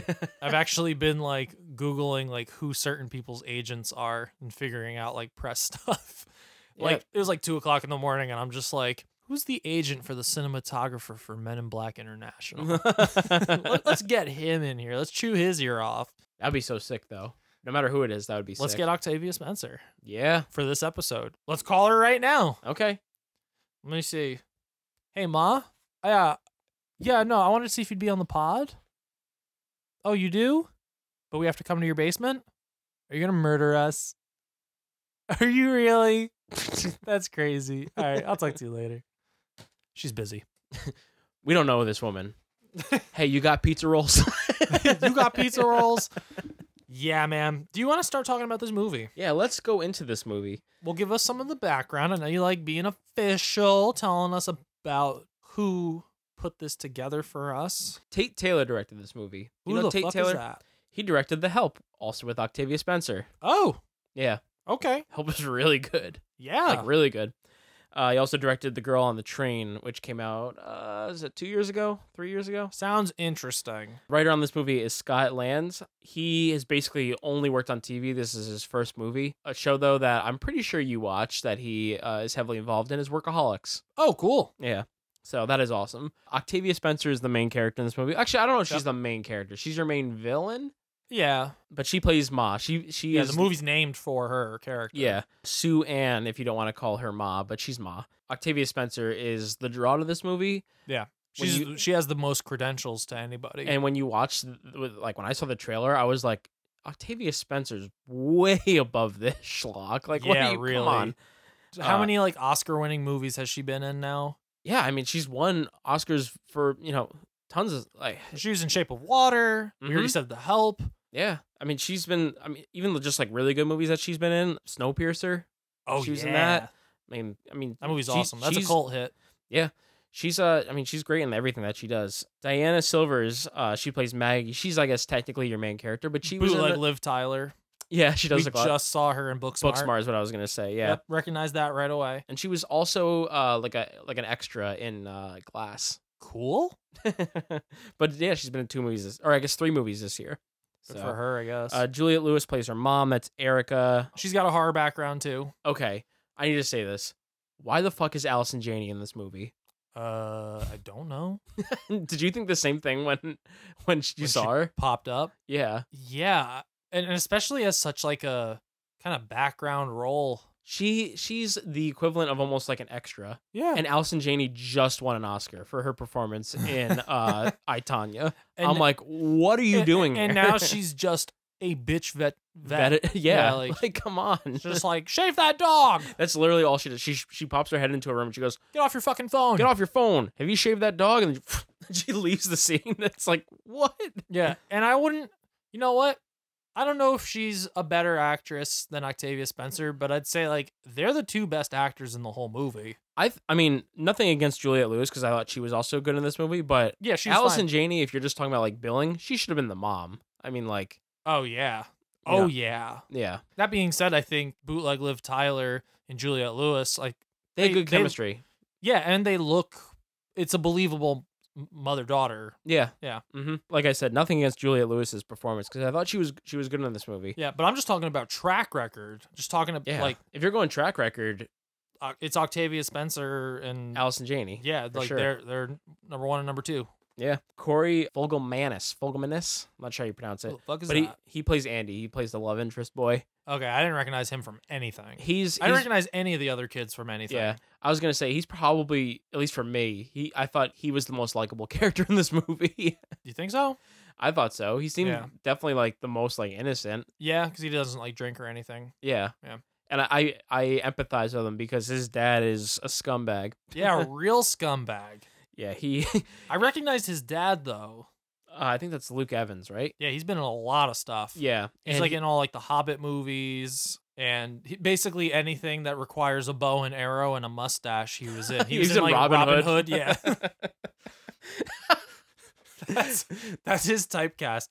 Speaker 6: I've actually been like googling like who certain people's agents are and figuring out like press [LAUGHS] stuff.
Speaker 2: Yeah.
Speaker 6: like it was like two o'clock in the morning, and I'm just like, who's the agent for the cinematographer for Men in
Speaker 2: [LAUGHS]
Speaker 6: Black International? [LAUGHS] Let, us get him in here. Let's chew his ear off.
Speaker 2: That'd be so sick though. No matter who it is, that would be.
Speaker 6: Let's
Speaker 2: sick.
Speaker 6: get Octavia Spencer
Speaker 2: Yeah.
Speaker 6: for this episode. Let's call her right now.
Speaker 2: Okay.
Speaker 6: Let me see. Hey ma, Oh, yeah, yeah, no, I wanted to see if you'd be on the pod. Oh, you do? But we have to come to your basement? Are you going to murder us? [LAUGHS] Are you really? [LAUGHS] That's crazy. All right, I'll talk to you later. She's busy.
Speaker 2: We don't know this
Speaker 6: [LAUGHS]
Speaker 2: woman. hey, you got pizza rolls?
Speaker 6: you
Speaker 2: [LAUGHS]
Speaker 6: got pizza rolls? [LAUGHS] Yeah, man. Do you want to start talking about this movie?
Speaker 2: yeah. Let's go into this movie.
Speaker 6: Well, give us some of the background. I know you like being official, telling us about who put this together for us.
Speaker 2: Tate Taylor directed this movie.
Speaker 6: Who
Speaker 2: you know
Speaker 6: the
Speaker 2: Tate
Speaker 6: fuck
Speaker 2: Taylor?
Speaker 6: is that?
Speaker 2: He directed The Help, also with Octavia Spencer.
Speaker 6: Oh,
Speaker 2: Yeah, [LAUGHS]
Speaker 6: okay.
Speaker 2: Help was really good.
Speaker 6: Yeah.
Speaker 2: Like really good. Uh, he also directed The Girl on the Train, which came out, uh, is it two years ago? Three years ago?
Speaker 6: Sounds interesting.
Speaker 2: Writer on this movie is Scott Lands. He has basically only worked on TV. This is his first movie. A show, though, that I'm pretty sure you watched that he uh, is heavily involved in is Workaholics.
Speaker 6: Oh, cool.
Speaker 2: Yeah. So that is awesome. Octavia Spencer is the main character in this movie. Actually, I don't know if she's the main character. She's your main villain.
Speaker 6: Yeah.
Speaker 2: But she plays Ma. She she
Speaker 6: Yeah,
Speaker 2: is
Speaker 6: the movie's named for her character.
Speaker 2: yeah, Sue Ann, if you don't want to call her Ma, but she's Ma. Octavia Spencer is the draw to this movie.
Speaker 6: Yeah.
Speaker 2: When
Speaker 6: She's she has the most credentials to anybody.
Speaker 2: And when you watch, th- with- like when I saw the trailer, I was like, Octavia Spencer's way [LAUGHS] above this schlock. Like, what
Speaker 6: yeah,
Speaker 2: are you,
Speaker 6: really.
Speaker 2: come on.
Speaker 6: How
Speaker 2: Uh,
Speaker 6: many like Oscar winning movies has she been in now?
Speaker 2: Yeah, I mean, she's won Oscars for you know tons of like.
Speaker 6: She was in Shape of Water. We already
Speaker 2: Mhm.
Speaker 6: said The Help.
Speaker 2: Yeah, I mean, she's been. I mean, even just like really good movies that she's been in, Snowpiercer.
Speaker 6: Oh,
Speaker 2: she was in
Speaker 6: yeah.
Speaker 2: that. I mean, I mean,
Speaker 6: That movie's
Speaker 2: she-
Speaker 6: awesome. That's a
Speaker 2: she's-
Speaker 6: cult hit.
Speaker 2: Yeah. She's uh I mean she's great in everything that she does. Diana Silvers, uh she plays Maggie. She's I guess technically your main character, but she was in
Speaker 6: Bootleg
Speaker 2: the-
Speaker 6: Liv Tyler.
Speaker 2: Yeah, she does
Speaker 6: We
Speaker 2: look a lot.
Speaker 6: just saw her in Booksmart.
Speaker 2: Booksmart is what I was going to say. Yeah.
Speaker 6: Yep, recognized that right away.
Speaker 2: And she was also uh like a like an extra in uh Glass. [LAUGHS]
Speaker 6: Cool.
Speaker 2: But yeah, she's been in two movies this, or I guess three movies this year.
Speaker 6: Good for her, I guess.
Speaker 2: Uh Juliet Lewis plays her mom, that's Erica.
Speaker 6: She's got a horror background too.
Speaker 2: Okay. I need to say this. Why the fuck is Allison Janney in this movie? [LAUGHS]
Speaker 6: Uh, I don't know.
Speaker 2: Did you think the same thing when [LAUGHS] when you saw her?
Speaker 6: Popped up.
Speaker 2: Yeah.
Speaker 6: Yeah, and, and especially as such like a kind of background role.
Speaker 2: She she's the equivalent of almost like an extra.
Speaker 6: Yeah.
Speaker 2: And Allison Janney just won an Oscar for her performance
Speaker 6: [LAUGHS]
Speaker 2: in uh I Tanya.
Speaker 6: And-
Speaker 2: I'm like, what are you
Speaker 6: And-
Speaker 2: doing? [LAUGHS]
Speaker 6: And
Speaker 2: here?"
Speaker 6: now she's just a bitch vet. vet.
Speaker 2: Vet- [LAUGHS] yeah,
Speaker 6: like,
Speaker 2: like, come on.
Speaker 6: just like shave that dog.
Speaker 2: That's literally all she does. She she pops her head into a room and she goes,
Speaker 6: Get off your fucking phone.
Speaker 2: "Get off your phone. Have you shaved that dog?" And she [LAUGHS] leaves the scene. [LAUGHS] It's like, what?
Speaker 6: Yeah, and I wouldn't. You know what? I don't know if she's a better actress than Octavia Spencer, but I'd say like they're the two best actors in the whole movie.
Speaker 2: I th- I mean, nothing against Juliette Lewis because I thought she was also good in this movie, but
Speaker 6: Yeah, she was
Speaker 2: Allison
Speaker 6: fine.
Speaker 2: Janney, if you're just talking about like billing, she should have been the mom. I mean, like,
Speaker 6: Oh yeah. Oh
Speaker 2: Yeah.
Speaker 6: yeah.
Speaker 2: yeah,
Speaker 6: That being said, I think bootleg Liv Tyler and Juliette Lewis like
Speaker 2: they, had good chemistry.
Speaker 6: yeah, and they look. It's a believable mother daughter.
Speaker 2: Yeah,
Speaker 6: Yeah.
Speaker 2: hmm Like I said, nothing against Juliet Lewis's performance because I thought she was she was good in this movie.
Speaker 6: Yeah, but I'm just talking about track record. Just talking about
Speaker 2: Yeah, like
Speaker 6: like
Speaker 2: if you're going track record,
Speaker 6: uh, it's Octavia Spencer and
Speaker 2: Allison Janney.
Speaker 6: yeah,
Speaker 2: for
Speaker 6: like
Speaker 2: sure.
Speaker 6: they're they're number one and number two.
Speaker 2: yeah. Corey Fogelmanis, Fogelmanis. I'm not sure how you pronounce it.
Speaker 6: Who the fuck is
Speaker 2: but
Speaker 6: that?
Speaker 2: he he plays Andy. He plays the love interest boy.
Speaker 6: Okay, I didn't recognize him from anything.
Speaker 2: He's,
Speaker 6: I didn't
Speaker 2: he's-
Speaker 6: recognize any of the other kids from anything.
Speaker 2: yeah. I was gonna say he's probably at least for me. He I thought he was the most likable [LAUGHS] character in this movie. [LAUGHS]
Speaker 6: You think so?
Speaker 2: I thought so. He seemed
Speaker 6: Yeah.
Speaker 2: definitely like the most like innocent.
Speaker 6: Yeah, because he doesn't like drink or anything.
Speaker 2: Yeah.
Speaker 6: Yeah.
Speaker 2: And I I empathize with him because his dad is a scumbag. [LAUGHS]
Speaker 6: Yeah, a real scumbag.
Speaker 2: Yeah, he [LAUGHS]
Speaker 6: I recognized his dad though.
Speaker 2: Uh, I think that's Luke Evans, right?
Speaker 6: Yeah, he's been in a lot of stuff.
Speaker 2: Yeah,
Speaker 6: he's
Speaker 2: and
Speaker 6: like
Speaker 2: he- [LAUGHS]
Speaker 6: in all like the Hobbit movies and he, basically anything that requires a bow and arrow and a mustache. He
Speaker 2: [LAUGHS]
Speaker 6: was in. He, was, in, like Robin, Hood. Yeah, [LAUGHS] that's that's his typecast.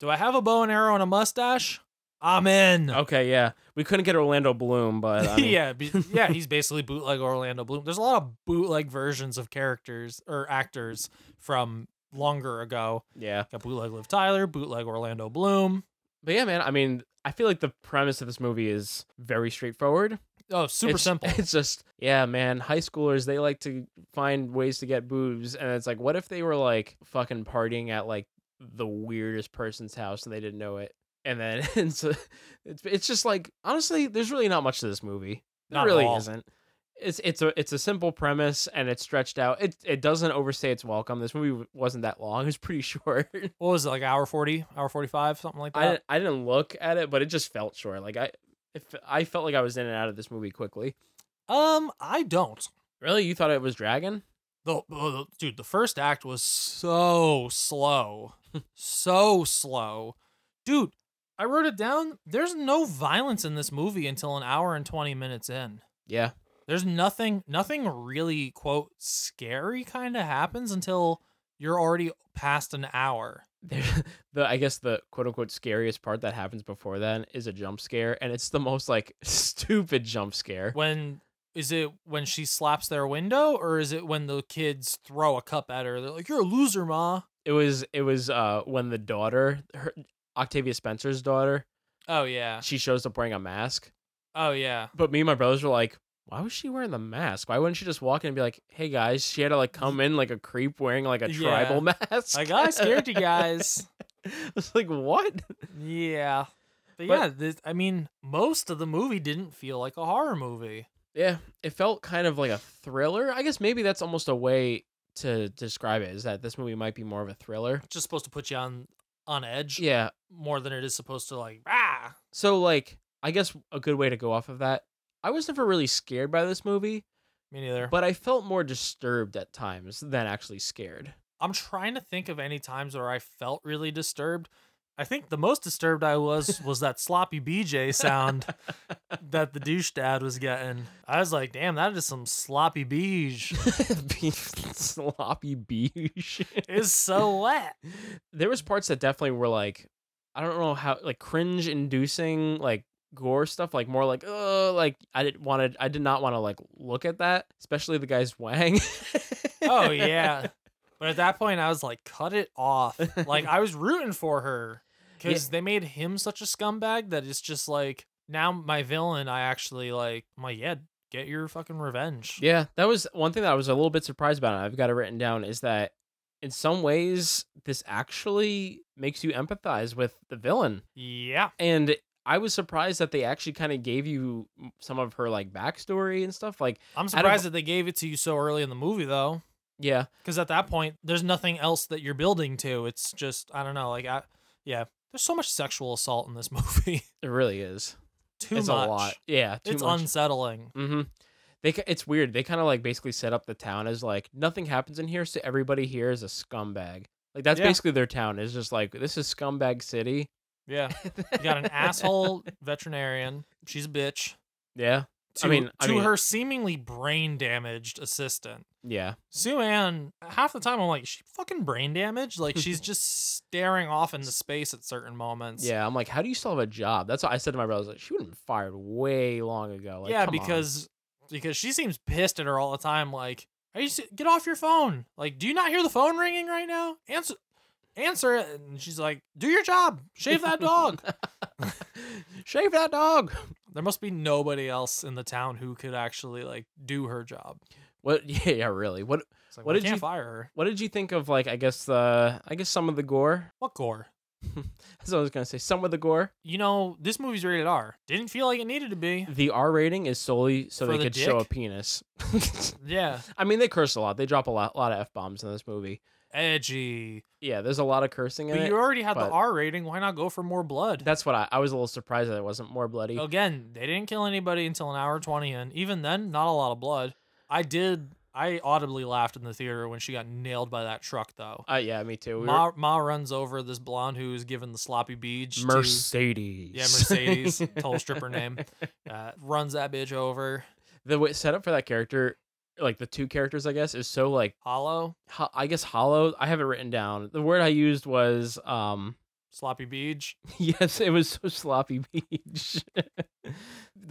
Speaker 6: Do I have a bow and arrow and a mustache? I'm in. [LAUGHS]
Speaker 2: okay, yeah, we couldn't get Orlando Bloom, but Oh, I mean, [LAUGHS]
Speaker 6: yeah, be- yeah, he's basically bootleg Orlando Bloom. There's a lot of bootleg versions of characters or actors from longer ago.
Speaker 2: yeah,
Speaker 6: Got bootleg Liv Tyler, bootleg Orlando Bloom.
Speaker 2: but yeah, man, I mean, I feel like the premise of this movie is very straightforward.
Speaker 6: Oh, super
Speaker 2: It's-
Speaker 6: simple.
Speaker 2: [LAUGHS] It's just, yeah, man, high schoolers they like to find ways to get boobs, and it's like, what if they were like fucking partying at like the weirdest person's house and they didn't know it, and then [LAUGHS] and so it's it's just like honestly, there's really not much to this movie. There
Speaker 6: Not at
Speaker 2: really
Speaker 6: all.
Speaker 2: isn't. It's it's a it's a simple premise and it's stretched out. It it doesn't overstay its welcome. This movie w- wasn't that long. [LAUGHS] It was pretty short.
Speaker 6: What was it like? Hour forty, hour forty-five, something like
Speaker 2: I
Speaker 6: that.
Speaker 2: didn't, I didn't look at it, but it just felt short. Like I if I felt like I was in and out of this movie quickly.
Speaker 6: um, I don't.
Speaker 2: Really, you thought it was Dragon?
Speaker 6: The, uh, dude, the first act was so slow, [LAUGHS] so slow, dude. I wrote it down. There's no violence in this movie until an hour and twenty minutes in.
Speaker 2: Yeah. [LAUGHS]
Speaker 6: there's nothing nothing really quote scary kind of happens until you're already past an hour
Speaker 2: There, the I guess the quote unquote scariest part that [LAUGHS] happens before then is a jump scare, and it's the most like stupid jump scare.
Speaker 6: when Is it when she slaps their window, or is it when the kids throw a cup at her? They're like, "You're a loser, ma."
Speaker 2: It was it was uh when the daughter, her, Octavia Spencer's daughter,
Speaker 6: Oh yeah.
Speaker 2: she shows up wearing a mask.
Speaker 6: Oh yeah.
Speaker 2: But me and my brothers were like, why was she wearing the mask? Why wouldn't she just walk in and be like, hey guys? She had to like come in like a creep wearing like a tribal [LAUGHS]
Speaker 6: Yeah.
Speaker 2: mask.
Speaker 6: Like I scared you guys.
Speaker 2: [LAUGHS] It's like what?
Speaker 6: Yeah. But,
Speaker 2: But-
Speaker 6: yeah, this, I mean, most of the movie didn't feel like a horror movie.
Speaker 2: Yeah, it felt kind of like a thriller. I guess maybe that's almost a way to describe it is that this movie might be more of a thriller.
Speaker 6: It's just supposed to put you on on edge
Speaker 2: Yeah.
Speaker 6: more than it is supposed to like ah.
Speaker 2: So like I guess a good way to go off of that. I was never really scared by this movie,
Speaker 6: Me neither.
Speaker 2: but I felt more disturbed at times than actually scared.
Speaker 6: I'm trying to think of any times where I felt really disturbed. I think the most disturbed I was
Speaker 2: [LAUGHS]
Speaker 6: was that sloppy BJ sound that the douche dad was getting. I was like, damn, that is some sloppy beige.
Speaker 2: [LAUGHS] Sloppy beige.
Speaker 6: It's
Speaker 2: [LAUGHS]
Speaker 6: so wet.
Speaker 2: there was parts that definitely were like I don't know how like cringe inducing like gore stuff like more like uh like I didn't want to I did not want to like look at that especially the guy's wang
Speaker 6: Oh yeah. But at that point I was like, cut it off.
Speaker 2: [LAUGHS]
Speaker 6: Like I was rooting for her. Because they made him such a scumbag that it's just like now my villain, I actually like my like, yeah, get your fucking revenge.
Speaker 2: yeah that was one thing that I was a little bit surprised about and I've got it written down is that in some ways this actually makes you empathize with the villain
Speaker 6: Yeah.
Speaker 2: and I was surprised that they actually kind of gave you some of her like backstory and stuff like
Speaker 6: I'm
Speaker 2: out of-
Speaker 6: surprised that they gave it to you so early in the movie though.
Speaker 2: yeah
Speaker 6: because at that point there's nothing else that you're building to it's just i don't know like i yeah there's so much sexual assault in this [LAUGHS] movie
Speaker 2: it really is
Speaker 6: too
Speaker 2: It's a
Speaker 6: much
Speaker 2: lot. Yeah, too
Speaker 6: it's
Speaker 2: much.
Speaker 6: unsettling
Speaker 2: Mm-hmm. They ki- it's weird. They kind of like basically set up the town as like nothing happens in here, so everybody here is a scumbag. Like that's
Speaker 6: Yeah.
Speaker 2: basically their town. Is just like this is scumbag city. [LAUGHS]
Speaker 6: yeah you got an asshole veterinarian she's a bitch
Speaker 2: Yeah.
Speaker 6: to,
Speaker 2: I mean,
Speaker 6: to
Speaker 2: I mean,
Speaker 6: her seemingly brain damaged assistant
Speaker 2: Yeah.
Speaker 6: sue ann half the time i'm like is she fucking brain damaged like
Speaker 2: [LAUGHS]
Speaker 6: she's just staring off into space at certain moments
Speaker 2: Yeah. I'm like, how do you still have a job? That's what I said to my brother. I was like, she would have been fired way long ago. Like,
Speaker 6: yeah,
Speaker 2: come on.
Speaker 6: because because she seems pissed at her all the time. Like, are you se- get off your phone? Like, do you not hear the phone ringing right now? Answer, answer it. And she's like, do your job. Shave
Speaker 2: [LAUGHS]
Speaker 6: that dog.
Speaker 2: shave that dog.
Speaker 6: There must be nobody else in the town who could actually like do her job.
Speaker 2: What? [LAUGHS] Yeah. Yeah. Really. What?
Speaker 6: It's like,
Speaker 2: What
Speaker 6: we
Speaker 2: did
Speaker 6: can't
Speaker 2: you-
Speaker 6: fire her?
Speaker 2: What did you think of like I guess the I guess some of the gore.
Speaker 6: What gore?
Speaker 2: That's what I was gonna say. Some of the gore.
Speaker 6: You know, this movie's rated R. Didn't feel like it needed to be.
Speaker 2: The R rating is solely so
Speaker 6: For
Speaker 2: they
Speaker 6: the
Speaker 2: could show a
Speaker 6: dick?
Speaker 2: penis. [LAUGHS]
Speaker 6: Yeah,
Speaker 2: I mean, they curse a lot. They drop a lot, lot of f bombs in this movie.
Speaker 6: edgy.
Speaker 2: Yeah, there's a lot of cursing in
Speaker 6: But
Speaker 2: it.
Speaker 6: you already had the
Speaker 2: but-
Speaker 6: R rating. Why not go for more blood?
Speaker 2: That's what I, I was a little surprised that it wasn't more bloody.
Speaker 6: Again, they didn't kill anybody until an hour 20 and even then not a lot of blood. I did I audibly laughed in the theater when she got nailed by that truck though.
Speaker 2: Uh, yeah, me too. We were-
Speaker 6: Ma, Ma runs over this blonde who's given the sloppy beach to-
Speaker 2: Mercedes. [LAUGHS]
Speaker 6: yeah, Mercedes, total stripper name. Uh, runs that bitch over.
Speaker 2: the way, setup for that character, like the two characters, I guess, is so like
Speaker 6: Hollow,
Speaker 2: ho- I guess hollow. I have it written down. The word I used was um.
Speaker 6: sloppy beach. [LAUGHS]
Speaker 2: Yes, it was so sloppy beach.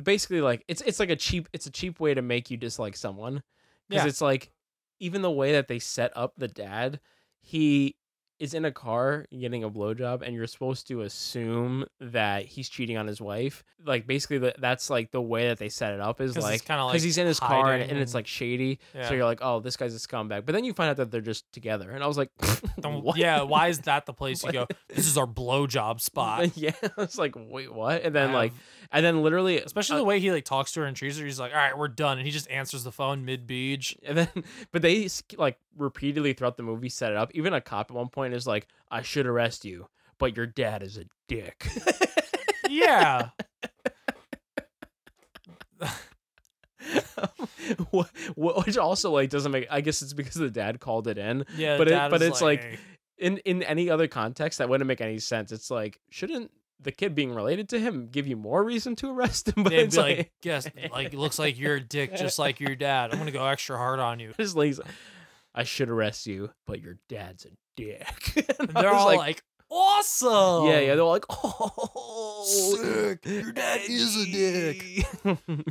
Speaker 2: Basically, like it's it's like a cheap it's a cheap way to make you dislike someone because
Speaker 6: Yeah.
Speaker 2: it's like even the way that they set up the dad, he is in a car getting a blowjob, and you're supposed to assume that he's cheating on his wife. Like basically, the, that's like the way that they set it up is
Speaker 6: 'Cause it's
Speaker 2: like
Speaker 6: kinda, like,
Speaker 2: he's in his car and,
Speaker 6: hiding
Speaker 2: and it's
Speaker 6: and-
Speaker 2: like shady,
Speaker 6: Yeah.
Speaker 2: so you're like, oh, this guy's a scumbag. But then you find out that they're just together, and I was like, [LAUGHS]
Speaker 6: Don't-
Speaker 2: what? [LAUGHS]
Speaker 6: Yeah, why is that the place you go?
Speaker 2: What?
Speaker 6: This is our blowjob spot.
Speaker 2: yeah, it's like, wait, what? And [LAUGHS] then
Speaker 6: I
Speaker 2: like,
Speaker 6: have-
Speaker 2: and then literally,
Speaker 6: Especially
Speaker 2: uh,
Speaker 6: the way he like talks to her and treats her. He's like, "All right, we're done," and he just answers the phone mid beach.
Speaker 2: [LAUGHS] and then, but they s- like repeatedly throughout the movie set it up. Even a cop at one point is like, "I should arrest you, but your dad is a dick." [LAUGHS]
Speaker 6: Yeah,
Speaker 2: Wha- wha- Which also like doesn't make. I guess it's because the dad called it in.
Speaker 6: [LAUGHS] Yeah,
Speaker 2: but it,
Speaker 6: dad
Speaker 2: but
Speaker 6: is
Speaker 2: it's like,
Speaker 6: "Hey."
Speaker 2: in in any other context that wouldn't make any sense. It's like shouldn't the kid being related to him give you more reason to arrest him? [LAUGHS] But
Speaker 6: they'd
Speaker 2: it's
Speaker 6: be like, "Yes, like it looks like you're a dick, just like your dad. I'm gonna go extra hard
Speaker 2: [LAUGHS]
Speaker 6: on you."
Speaker 2: Just like, I should arrest you, but your dad's a dick. [LAUGHS] And
Speaker 6: And
Speaker 2: I
Speaker 6: they're
Speaker 2: was
Speaker 6: all like, "Awesome!"
Speaker 2: yeah, yeah. They're all like, oh,
Speaker 6: Sick. Your dad is a dick.
Speaker 2: edgy."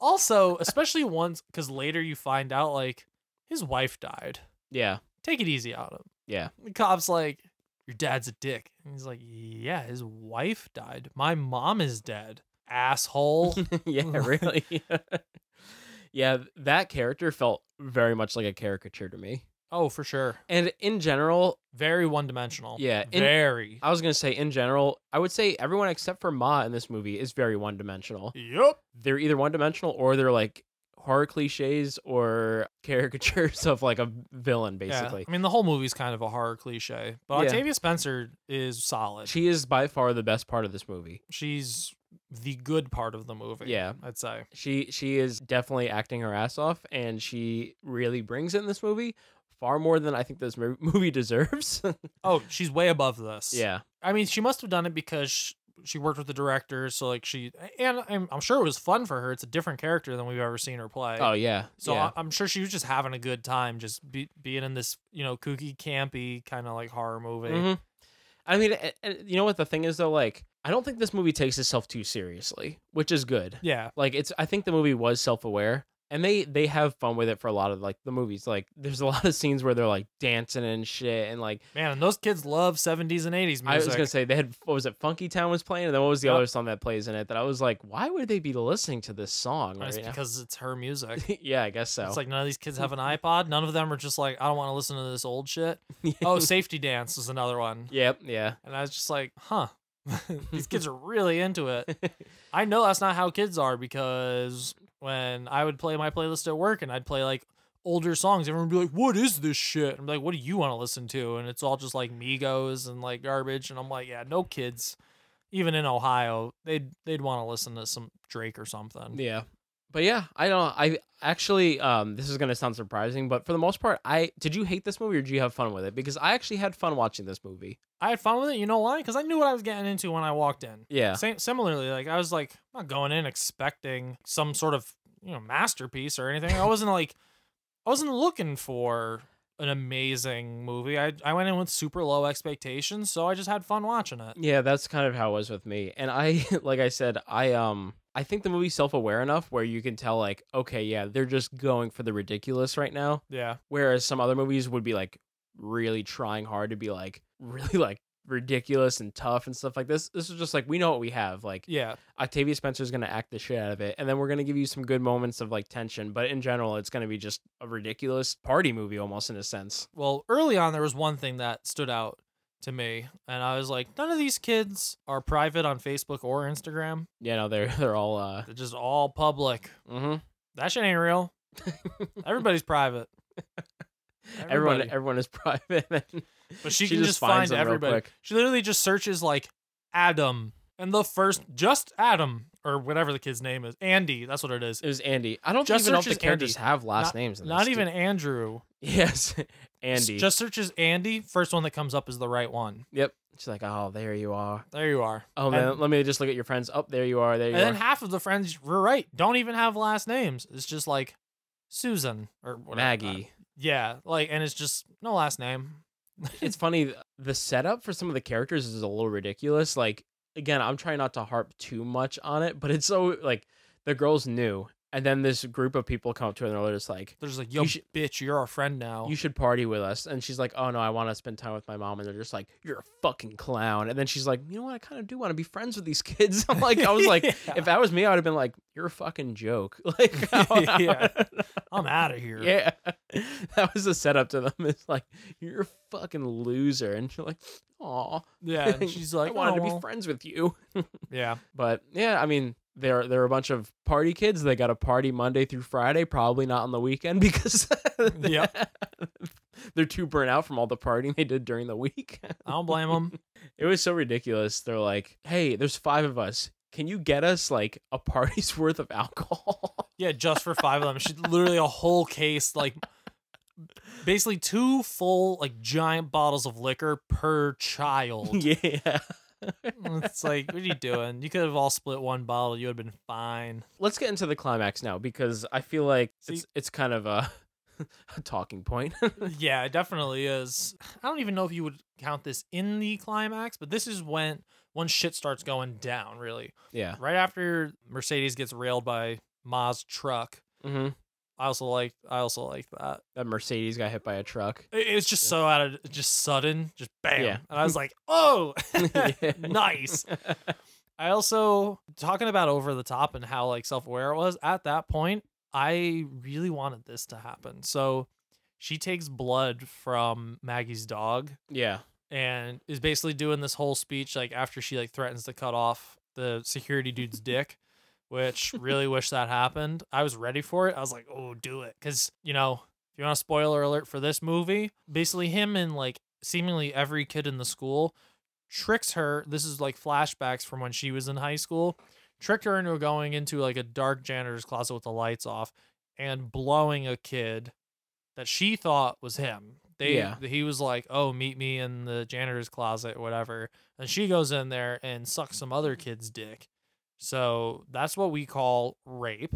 Speaker 6: Also, especially once, because later you find out like his wife died.
Speaker 2: [LAUGHS] Yeah.
Speaker 6: Take it easy on him. [LAUGHS]
Speaker 2: Yeah. [LAUGHS]
Speaker 6: The cop's like, Your dad's a dick. And he's like, Yeah, his wife died. My mom is dead.
Speaker 2: [LAUGHS]
Speaker 6: Asshole.
Speaker 2: yeah, really. [LAUGHS] yeah, that character felt very much like a caricature to me.
Speaker 6: Oh, for sure.
Speaker 2: And in general,
Speaker 6: very one dimensional.
Speaker 2: Yeah, in-
Speaker 6: Very.
Speaker 2: I was gonna say in general, I would say everyone except for Ma in this movie is very one dimensional.
Speaker 6: Yup.
Speaker 2: They're either one dimensional or they're like horror cliches or [LAUGHS] caricatures of like a villain, basically.
Speaker 6: Yeah. I mean, the whole movie's kind of a horror cliche, but
Speaker 2: Yeah.
Speaker 6: Octavia Spencer is solid.
Speaker 2: She is by far the best part of this movie.
Speaker 6: She's the good part of the movie.
Speaker 2: Yeah.
Speaker 6: I'd say.
Speaker 2: She she is definitely acting her ass off, and she really brings it in this movie far more than I think this mo- [LAUGHS] movie deserves.
Speaker 6: Oh, she's way above this.
Speaker 2: [LAUGHS] yeah,
Speaker 6: I mean, she must have done it because sh- she worked with the director, so like she and I'm, I'm sure it was fun for her. It's a different character than we've ever seen her play.
Speaker 2: Oh, yeah.
Speaker 6: So
Speaker 2: Yeah.
Speaker 6: I, I'm sure she was just having a good time, just be, being in this you know kooky, campy kind of like horror movie.
Speaker 2: Mhm. I mean, a- a- you know what the thing is though, like I don't think this movie takes itself too seriously, which is good.
Speaker 6: Yeah.
Speaker 2: like it's I think the movie was self aware. And they, they have fun with it for a lot of like the movies. Like there's a lot of scenes where they're like dancing and shit and like
Speaker 6: Man, and those kids love 70s and 80s music.
Speaker 2: I was gonna say they had what was it? Funky Town was playing, and then what was the
Speaker 6: Yep.
Speaker 2: other song that plays in it? That I was like, why would they be listening to this song?
Speaker 6: It's
Speaker 2: right now?
Speaker 6: because it's her music.
Speaker 2: yeah, I guess [LAUGHS] so.
Speaker 6: It's like none of these kids have an iPod. None of them are just like, I don't want to listen to this old shit. oh, Safety Dance was another one.
Speaker 2: yep, yeah, [LAUGHS]
Speaker 6: And I was just like, huh, [LAUGHS] these kids are really
Speaker 2: [LAUGHS]
Speaker 6: into it. I know that's not how kids are because when I would play my playlist at work and I'd play like older songs, everyone would be like, what is this shit? And I'm like, what do you want to listen to? And it's all just like Migos and like garbage. And I'm like, yeah, no kids. Even in Ohio, they'd they'd want to listen to some Drake or something.
Speaker 2: yeah. But yeah, I don't. I actually, um, this is gonna sound surprising, but for the most part, I did you hate this movie or did you have fun with it? Because I actually had fun watching this movie.
Speaker 6: I had fun with it. You know why? Because I knew what I was getting into when I walked in.
Speaker 2: Yeah.
Speaker 6: Same, similarly, like I was like I'm not going in expecting some sort of you know masterpiece or
Speaker 2: [LAUGHS]
Speaker 6: anything. I wasn't like I wasn't looking for an amazing movie. I I went in with super low expectations, so I just had fun watching it.
Speaker 2: Yeah, that's kind of how it was with me. And I, [LAUGHS] like I said, I um, I think the movie's self aware enough where you can tell, like, okay, yeah, they're just going for the ridiculous right now.
Speaker 6: Yeah.
Speaker 2: Whereas some other movies would be like really trying hard to be like [LAUGHS] really like ridiculous and tough and stuff like this. This is just like we know what we have. Like
Speaker 6: Yeah.
Speaker 2: Octavia Spencer's gonna act the shit out of it, and then we're gonna give you some good moments of like tension. But in general, it's gonna be just a ridiculous party movie almost in a sense.
Speaker 6: Well, early on there was one thing that stood out to me, and I was like, none of these kids are private on Facebook or Instagram.
Speaker 2: You know, they're [LAUGHS] they're all uh
Speaker 6: They're just all public.
Speaker 2: mm-hmm.
Speaker 6: That shit ain't real. Everybody's private.
Speaker 2: [LAUGHS] everyone
Speaker 6: Everybody.
Speaker 2: everyone is [LAUGHS] private.
Speaker 6: But she, can just, find
Speaker 2: them real
Speaker 6: everybody.
Speaker 2: quick.
Speaker 6: She literally just searches like Adam and the first just Adam or whatever the kid's name is. Andy, that's what it is.
Speaker 2: It was Andy. I don't
Speaker 6: Just
Speaker 2: even know if the
Speaker 6: searches
Speaker 2: characters
Speaker 6: Andy.
Speaker 2: have last
Speaker 6: Not-
Speaker 2: names. In
Speaker 6: Not
Speaker 2: this, [LAUGHS]
Speaker 6: even
Speaker 2: dude.
Speaker 6: Andrew.
Speaker 2: yes, [LAUGHS]
Speaker 6: S-
Speaker 2: Andy.
Speaker 6: Just searches Andy. First one that comes up is the right one.
Speaker 2: yep. She's like, oh, there you are.
Speaker 6: There you are.
Speaker 2: Oh
Speaker 6: And-
Speaker 2: man, let me just look at your friends. Up there you are. There you
Speaker 6: and then
Speaker 2: are.
Speaker 6: half of the friends, we're right, don't even have last names. It's just like Susan or whatever.
Speaker 2: Maggie.
Speaker 6: Yeah, like, and it's just no last name.
Speaker 2: [LAUGHS] it's funny. th- The setup for some of the characters is a little ridiculous. Like again, I'm trying not to harp too much on it, but it's so like the girl's new, and then this group of people come up to her and they're just like,
Speaker 6: They're just like, yo,
Speaker 2: You should-
Speaker 6: bitch, you're our friend now. [LAUGHS]
Speaker 2: "You should [LAUGHS] party with us," and she's like, "Oh no, I want to spend time with my mom," and they're just like, "You're a fucking clown," and then she's like, "You know what? I kind of do want to be friends with these [LAUGHS] kids." I'm like, I was like, if that was me, I would have been like, "You're a fucking joke." [LAUGHS] Like,
Speaker 6: [LAUGHS] Yeah. I'm out of
Speaker 2: [LAUGHS]
Speaker 6: here.
Speaker 2: Yeah. That was the setup to them. [LAUGHS] It's like, you're a fucking loser. And you're like, aw. [LAUGHS]
Speaker 6: Yeah, and she's like,
Speaker 2: I wanted to
Speaker 6: "Aw."
Speaker 2: be friends with you.
Speaker 6: Yeah.
Speaker 2: but yeah, I mean, they're they're a bunch of party kids. They got a party Monday through Friday, probably not on the weekend [LAUGHS] because
Speaker 6: Yep.
Speaker 2: they're too burnt out from all the partying they did during the week.
Speaker 6: [LAUGHS]
Speaker 2: [LAUGHS]
Speaker 6: I don't blame them.
Speaker 2: It was so ridiculous. They're like, hey, there's five of us. Can you get us like a [LAUGHS] party's worth of alcohol?
Speaker 6: [LAUGHS] Yeah, just for five of them. She literally a whole case, like basically two full, like giant bottles of liquor per child.
Speaker 2: [LAUGHS] yeah.
Speaker 6: It's like, what are you doing? You could have all split one bottle. You would have been fine. [LAUGHS]
Speaker 2: let's get into the climax now because I feel like it's it's kind of a, [LAUGHS] a talking point. [LAUGHS]
Speaker 6: Yeah, it definitely is. I don't even know if you would count this in the climax, but this is when when shit starts going down. Really,
Speaker 2: yeah.
Speaker 6: right after Mercedes gets railed by Ma's truck.
Speaker 2: Mhm.
Speaker 6: I also like I also like that.
Speaker 2: That Mercedes got hit by a truck. [LAUGHS]
Speaker 6: It, it was just so out of just sudden, just bam.
Speaker 2: Yeah.
Speaker 6: And I was like, oh, [LAUGHS] [LAUGHS] nice. I also talking about over the top and how like self aware it was at that point. I really wanted this to happen. So she takes blood from Maggie's dog
Speaker 2: [LAUGHS] Yeah.
Speaker 6: and is basically doing this whole speech like after she like threatens to cut off the security dude's dick which really wish that happened i was ready for it i was like oh do it because you know if you want a spoiler alert for this movie basically him and like seemingly every kid in the school tricks her this is like flashbacks from when she was in high school tricked her into going into like a dark janitor's closet with the lights off and blowing a kid that she thought was him. They
Speaker 2: Yeah.
Speaker 6: he was like, "Oh, meet me in the janitor's closet, whatever." And she goes in there and sucks some other kid's dick. So that's what we call rape,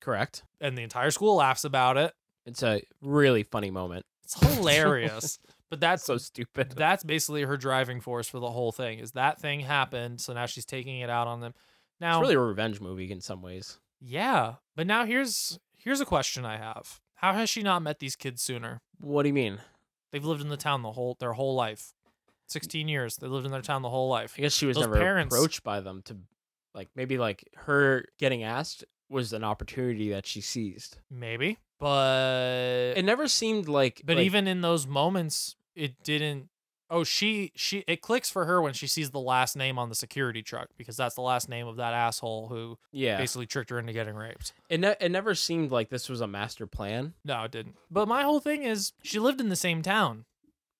Speaker 2: Correct.
Speaker 6: and the entire school laughs about it.
Speaker 2: It's a really funny moment.
Speaker 6: It's hilarious. [LAUGHS] but that's
Speaker 2: so stupid.
Speaker 6: That's basically her driving force for the whole thing. Is that thing happened? So now she's taking it out on them. Now
Speaker 2: it's really a revenge movie in some ways.
Speaker 6: Yeah, but now here's here's a question I have. How has she not met these kids sooner?
Speaker 2: What do you mean?
Speaker 6: They've lived in the town the whole their whole life. 16 years. They lived in their town the whole life.
Speaker 2: I guess she was
Speaker 6: Those
Speaker 2: never
Speaker 6: parents-
Speaker 2: approached by them to, like, maybe like her getting asked was an opportunity that she seized.
Speaker 6: Maybe, but
Speaker 2: It never seemed like.
Speaker 6: but
Speaker 2: like-
Speaker 6: even in those moments it didn't Oh, she she it clicks for her when she sees the last name on the security truck because that's the last name of that asshole who
Speaker 2: Yeah.
Speaker 6: basically tricked her into getting raped.
Speaker 2: it, ne- it never seemed like this was a master plan.
Speaker 6: No, it didn't. But my whole thing is she lived in the same town.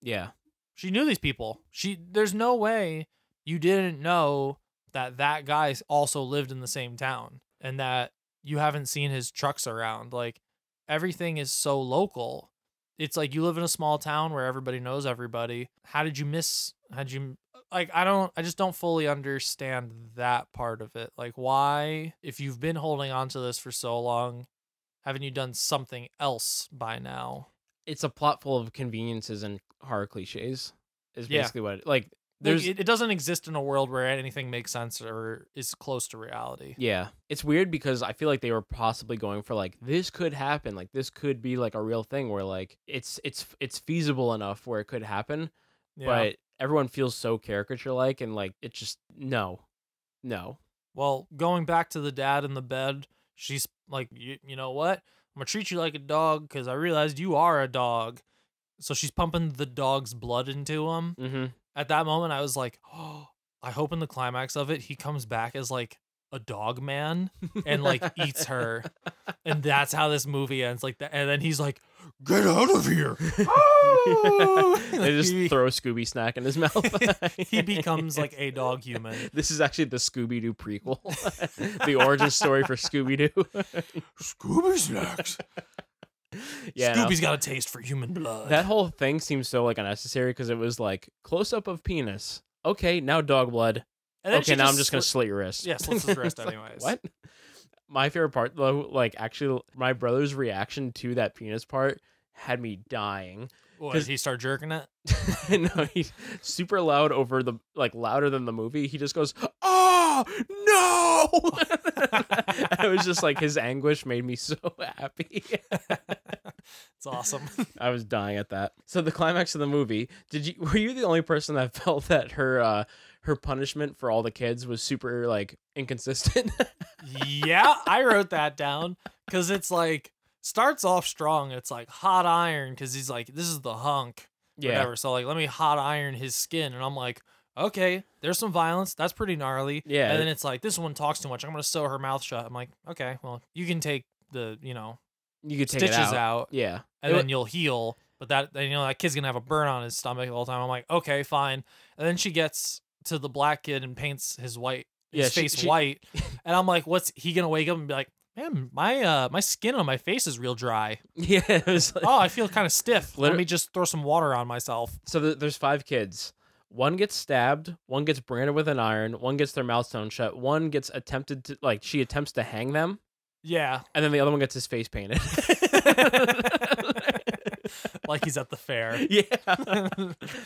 Speaker 2: Yeah.
Speaker 6: She knew these people. She there's no way you didn't know that that guy also lived in the same town and that you haven't seen his trucks around. Like everything is so local. It's like you live in a small town where everybody knows everybody. How did you miss? How did you like I don't I just don't fully understand that part of it. Like why if you've been holding on to this for so long, haven't you done something else by now?
Speaker 2: It's a plot full of conveniences and horror cliches. Is
Speaker 6: Yeah.
Speaker 2: basically what it, like.
Speaker 6: Like,
Speaker 2: There's
Speaker 6: it, it doesn't exist in a world where anything makes sense or is close to reality.
Speaker 2: Yeah. It's weird because I feel like they were possibly going for like this could happen, like this could be like a real thing where like it's it's it's feasible enough where it could happen,
Speaker 6: Yeah.
Speaker 2: but everyone feels so caricature like and like it just no. No.
Speaker 6: Well, going back to the dad in the bed, she's like, you, you know what? I'm gonna treat you like a dog because I realized you are a dog. So she's pumping the dog's blood into him.
Speaker 2: Mhm.
Speaker 6: At that moment, I was like, oh, I hope in the climax of it, he comes back as like a dog man [LAUGHS] and like eats her. [LAUGHS] And that's how this movie ends. Like that, and then he's like, get out of here.
Speaker 2: [LAUGHS]
Speaker 6: [LAUGHS]
Speaker 2: They just throw Scooby snack in his [LAUGHS] mouth.
Speaker 6: [LAUGHS] he becomes like
Speaker 2: [LAUGHS]
Speaker 6: a dog human.
Speaker 2: this is actually the Scooby Doo prequel. [LAUGHS] the origin story for Scooby Doo.
Speaker 6: Scooby snacks.
Speaker 2: [LAUGHS] Yeah. no.
Speaker 6: Scooby's got a taste for human blood.
Speaker 2: That whole thing seems so like unnecessary because it was like close up of penis. Okay, now dog blood.
Speaker 6: And then
Speaker 2: Okay,
Speaker 6: she
Speaker 2: now I'm
Speaker 6: just
Speaker 2: just gonna
Speaker 6: sli-
Speaker 2: slit your wrist.
Speaker 6: Yeah,
Speaker 2: [LAUGHS]
Speaker 6: slits his wrist
Speaker 2: It's like,
Speaker 6: anyways.
Speaker 2: What? My favorite part though, like actually, my brother's reaction to that penis part had me dying.
Speaker 6: What,
Speaker 2: 'Cause-
Speaker 6: did he start jerking it?
Speaker 2: [LAUGHS] no, he's super loud over the like louder than the movie. He just goes, "Oh no!" [LAUGHS] And it was just like his anguish made me so [LAUGHS] happy.
Speaker 6: It's
Speaker 2: [LAUGHS]
Speaker 6: awesome. [LAUGHS]
Speaker 2: I was dying at that. So the climax of the movie, did you were you the only person that [LAUGHS] felt that her uh her punishment for all the kids was super like inconsistent? [LAUGHS]
Speaker 6: yeah, I wrote that down because it's like starts off strong. It's like hot iron because he's like, this is the hunk,
Speaker 2: Yeah.
Speaker 6: whatever. So like, let me hot iron his skin, and I'm like, okay, there's some violence. That's pretty gnarly.
Speaker 2: Yeah.
Speaker 6: And then it's like, this one talks too much. I'm gonna sew her mouth shut. I'm like, okay, well, you can take the, you know,
Speaker 2: you could take it
Speaker 6: stitches
Speaker 2: out. Yeah. [LAUGHS]
Speaker 6: and
Speaker 2: It wa-
Speaker 6: then you'll heal. But that then, you know that kid's gonna have a burn on his stomach the whole time. I'm like, okay, fine. And then she gets to the black kid and paints his white his
Speaker 2: Yeah, she-
Speaker 6: face
Speaker 2: she- [LAUGHS]
Speaker 6: white, and I'm like, what's he gonna wake up and be like? Man, my uh, my skin on my face is real dry.
Speaker 2: Yeah. It was like,
Speaker 6: Oh, I feel kind of stiff.
Speaker 2: [LAUGHS]
Speaker 6: Let
Speaker 2: Liter-
Speaker 6: me just throw some water on myself.
Speaker 2: So th- there's five kids. One gets stabbed, one gets branded with an iron, one gets their mouth sewn shut, one gets attempted to like she attempts to hang them, [LAUGHS]
Speaker 6: Yeah, [LAUGHS]
Speaker 2: and then the other one gets his face painted.
Speaker 6: like he's at the fair.
Speaker 2: [LAUGHS] [LAUGHS] yeah.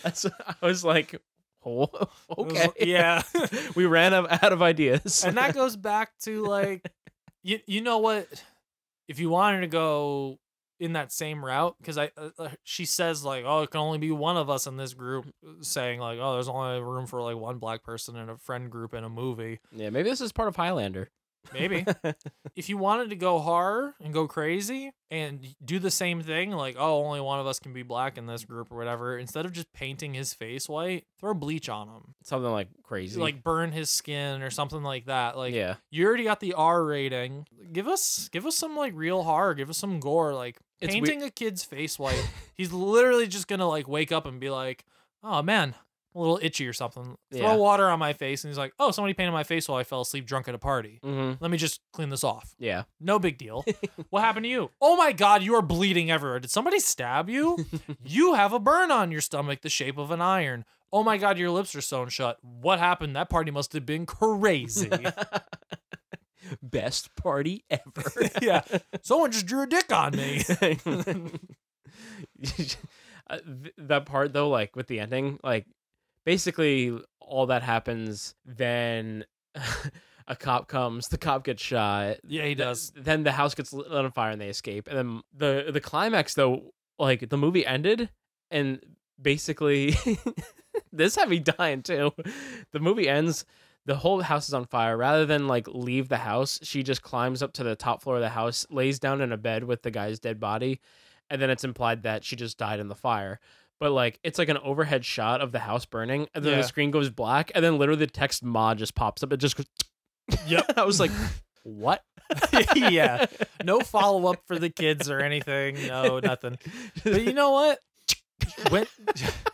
Speaker 2: That's, I was like, oh, okay.
Speaker 6: yeah.
Speaker 2: [LAUGHS] we ran out out of ideas.
Speaker 6: [LAUGHS] and that goes back to like You you know what? If you wanted to go in that same route, because I uh, uh, she says like, oh, it can only be one of us in this group, saying like, oh, there's only room for like one black person in a friend group in a movie.
Speaker 2: Yeah, maybe this is part of Highlander.
Speaker 6: Maybe. if you wanted to go horror and go crazy and do the same thing, like, oh, only one of us can be black in this group or whatever, instead of just painting his face white, throw bleach on him.
Speaker 2: Something like crazy.
Speaker 6: Like burn his skin or something like that. Like
Speaker 2: Yeah.
Speaker 6: you already got the R rating. Give us give us some like real horror, give us some gore. Like
Speaker 2: It's we-
Speaker 6: painting a kid's face white, he's literally just gonna like wake up and be like, Oh man, I'm a little itchy or something. Throw
Speaker 2: Yeah.
Speaker 6: water on my face and he's like, Oh, somebody painted my face while I fell asleep drunk at a party.
Speaker 2: Mhm.
Speaker 6: Let me just clean this off.
Speaker 2: Yeah.
Speaker 6: No big
Speaker 2: [LAUGHS]
Speaker 6: deal. what happened to you? Oh my God, you are bleeding everywhere. Did somebody
Speaker 2: [LAUGHS]
Speaker 6: stab you? you have a burn on your stomach the shape of an iron. Oh my God, your lips are sewn shut. What happened? That party must have been crazy.
Speaker 2: Best party [LAUGHS] ever.
Speaker 6: yeah. Someone just drew a dick on me. [LAUGHS]
Speaker 2: [LAUGHS] Uh, th- that part though, like with the ending, like basically all that happens, then [LAUGHS] a cop comes, the cop gets shot.
Speaker 6: Yeah, he
Speaker 2: th-
Speaker 6: does.
Speaker 2: then the house gets lit on fire and they escape. And then the the climax though, like the movie ended and basically [LAUGHS] this had me dying too. The movie ends the whole house is on fire. Rather than like leave the house, she just climbs up to the top floor of the house, lays down in a bed with the guy's dead body, and then it's implied that she just died in the fire. But like it's like an overhead shot of the house burning, and then
Speaker 6: Yeah.
Speaker 2: the screen goes black, and then literally the text mod just pops up. It just goes.
Speaker 6: [LAUGHS] Yep.
Speaker 2: I was like, what? [LAUGHS]
Speaker 6: yeah. No follow up for the kids or anything. No,
Speaker 2: [LAUGHS]
Speaker 6: nothing. But you know what? When,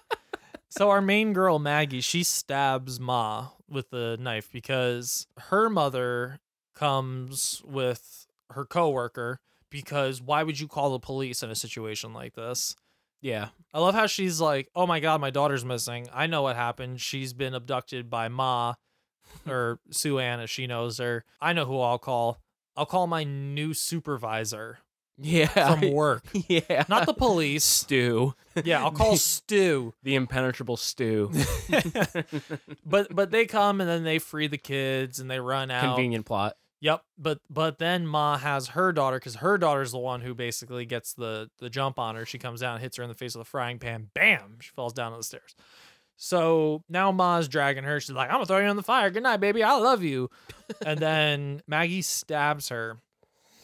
Speaker 6: [LAUGHS] so our main girl Maggie, she stabs Ma with the knife because her mother comes with her coworker because why would you call the police in a situation like this?
Speaker 2: Yeah.
Speaker 6: I love how she's like, "Oh my god, my daughter's missing. I know what happened. She's been abducted
Speaker 2: [LAUGHS]
Speaker 6: by Ma or Sue Ann as she knows her. I know who I'll call. I'll call my new supervisor
Speaker 2: Yeah.
Speaker 6: from work.
Speaker 2: [LAUGHS] Yeah.
Speaker 6: Not the police.
Speaker 2: Stew.
Speaker 6: Yeah, I'll call Stu.
Speaker 2: [LAUGHS] The impenetrable
Speaker 6: [LAUGHS]
Speaker 2: stew.
Speaker 6: But but they come and then they free the kids and they run out.
Speaker 2: Convenient plot.
Speaker 6: Yep, but but then Ma has her daughter because her daughter's the one who basically gets the the jump on her. She comes down, hits her in the face with a frying pan, bam, she falls down on the stairs. So now Ma's dragging her. She's like, "I'm gonna throw you in the fire. Good night, baby. I love you." and then Maggie stabs her.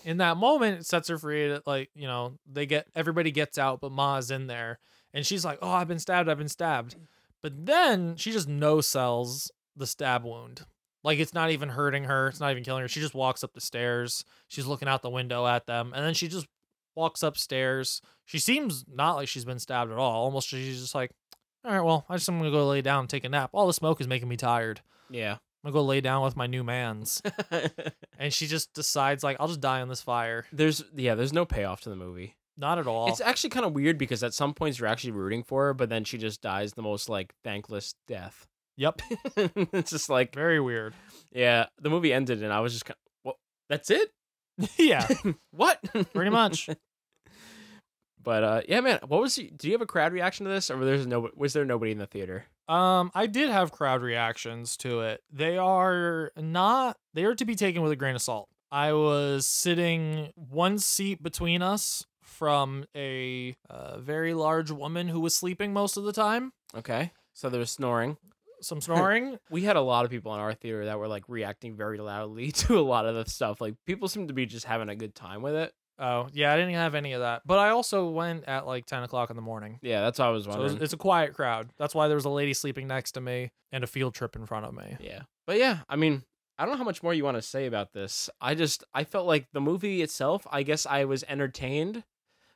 Speaker 6: In that moment, it sets her free. To, like you know, they get everybody gets out, but Ma's in there, and she's like, "Oh, I've been stabbed. I've been stabbed." But then she just no sells the stab wound. Like it's not even hurting her. It's not even killing her. She just walks up the stairs. She's looking out the window at them, and then she just walks upstairs. She seems not like she's been stabbed at all. Almost she's just like, all right, well, I just am gonna go lay down, and take a nap. All the smoke is making me tired.
Speaker 2: Yeah.
Speaker 6: I'm gonna go lay down with my new man's. and she just decides like, I'll just die on this fire.
Speaker 2: [LAUGHS] There's yeah. There's no payoff to the movie.
Speaker 6: Not at all.
Speaker 2: It's actually kind of weird because at some points you're actually rooting for her, but then she just dies the most like thankless death.
Speaker 6: Yep.
Speaker 2: [LAUGHS] it's just like
Speaker 6: very weird.
Speaker 2: Yeah, the movie ended and I was just kind of, well, that's it.
Speaker 6: yeah,
Speaker 2: What?
Speaker 6: pretty much.
Speaker 2: [LAUGHS] But uh, yeah, man, what was? y- Do you have a crowd reaction to this, or there's no? Was there nobody in the theater?
Speaker 6: Um, I did have crowd reactions to it. They are not they are to be taken with a grain of salt. I was sitting one seat between us from a uh, very large woman who was sleeping most of the time.
Speaker 2: Okay, so there was snoring. [LAUGHS]
Speaker 6: Some snoring.
Speaker 2: We had a lot of people in our theater that were like reacting very loudly [LAUGHS] to a lot of the stuff. Like people seemed to be just having a good time with it.
Speaker 6: oh, yeah, I didn't have any of that. But I also went at like 10 o'clock in the morning.
Speaker 2: Yeah, that's what I was
Speaker 6: So it was-
Speaker 2: wondering.
Speaker 6: it's a quiet crowd. That's why there was a lady sleeping next to me and a field trip in front of me.
Speaker 2: Yeah. But yeah, I mean, I don't know how much more you want to say about this. I just I felt like the movie itself, I guess I was entertained,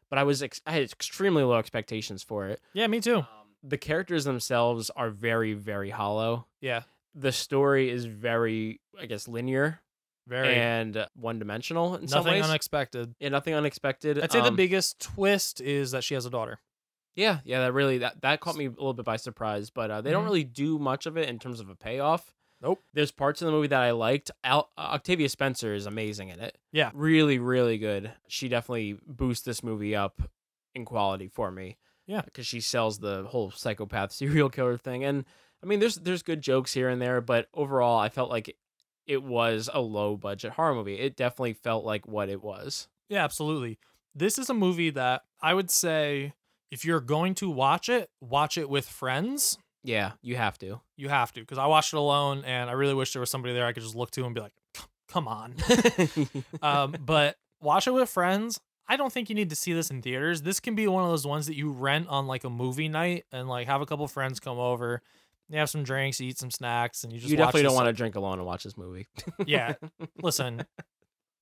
Speaker 2: but I was ex- I had extremely low expectations for it. Um,
Speaker 6: Yeah, me too.
Speaker 2: The characters themselves are very very hollow.
Speaker 6: Yeah.
Speaker 2: The story is very I guess linear
Speaker 6: Very
Speaker 2: and one dimensional in some
Speaker 6: nothing
Speaker 2: ways.
Speaker 6: unexpected.
Speaker 2: yeah, nothing unexpected.
Speaker 6: I'd say the
Speaker 2: Um,
Speaker 6: biggest twist is that she has a daughter.
Speaker 2: Yeah, yeah, that really that that caught me a little bit by surprise, but uh, they don't
Speaker 6: Mhm.
Speaker 2: really do much of it in terms of a payoff.
Speaker 6: Nope.
Speaker 2: There's parts of the movie that I liked. Al- Octavia Spencer is amazing in it.
Speaker 6: Yeah.
Speaker 2: Really, really good. She definitely boosts this movie up in quality for me.
Speaker 6: Yeah.
Speaker 2: Because she sells the whole [LAUGHS] psychopath serial killer thing, and I mean, there's there's good jokes here and there, but overall, I felt like it was a low budget horror movie. It definitely felt like what it was.
Speaker 6: Yeah, absolutely. This is a movie that I would say if you're going to watch it, watch it with friends.
Speaker 2: Yeah, you have to. [LAUGHS]
Speaker 6: You have to because I watched it alone, and I really wish there was somebody there I could just look to and be like, "Come on."
Speaker 2: [LAUGHS]
Speaker 6: um, but watch it with friends. I don't think you need to see this in theaters. This can be one of those ones that you rent on like a movie night and like have a couple friends come over. They have some drinks, eat some snacks, and you just
Speaker 2: you definitely don't
Speaker 6: want
Speaker 2: want to drink alone and watch this
Speaker 6: [LAUGHS]
Speaker 2: movie. [LAUGHS]
Speaker 6: yeah. Listen,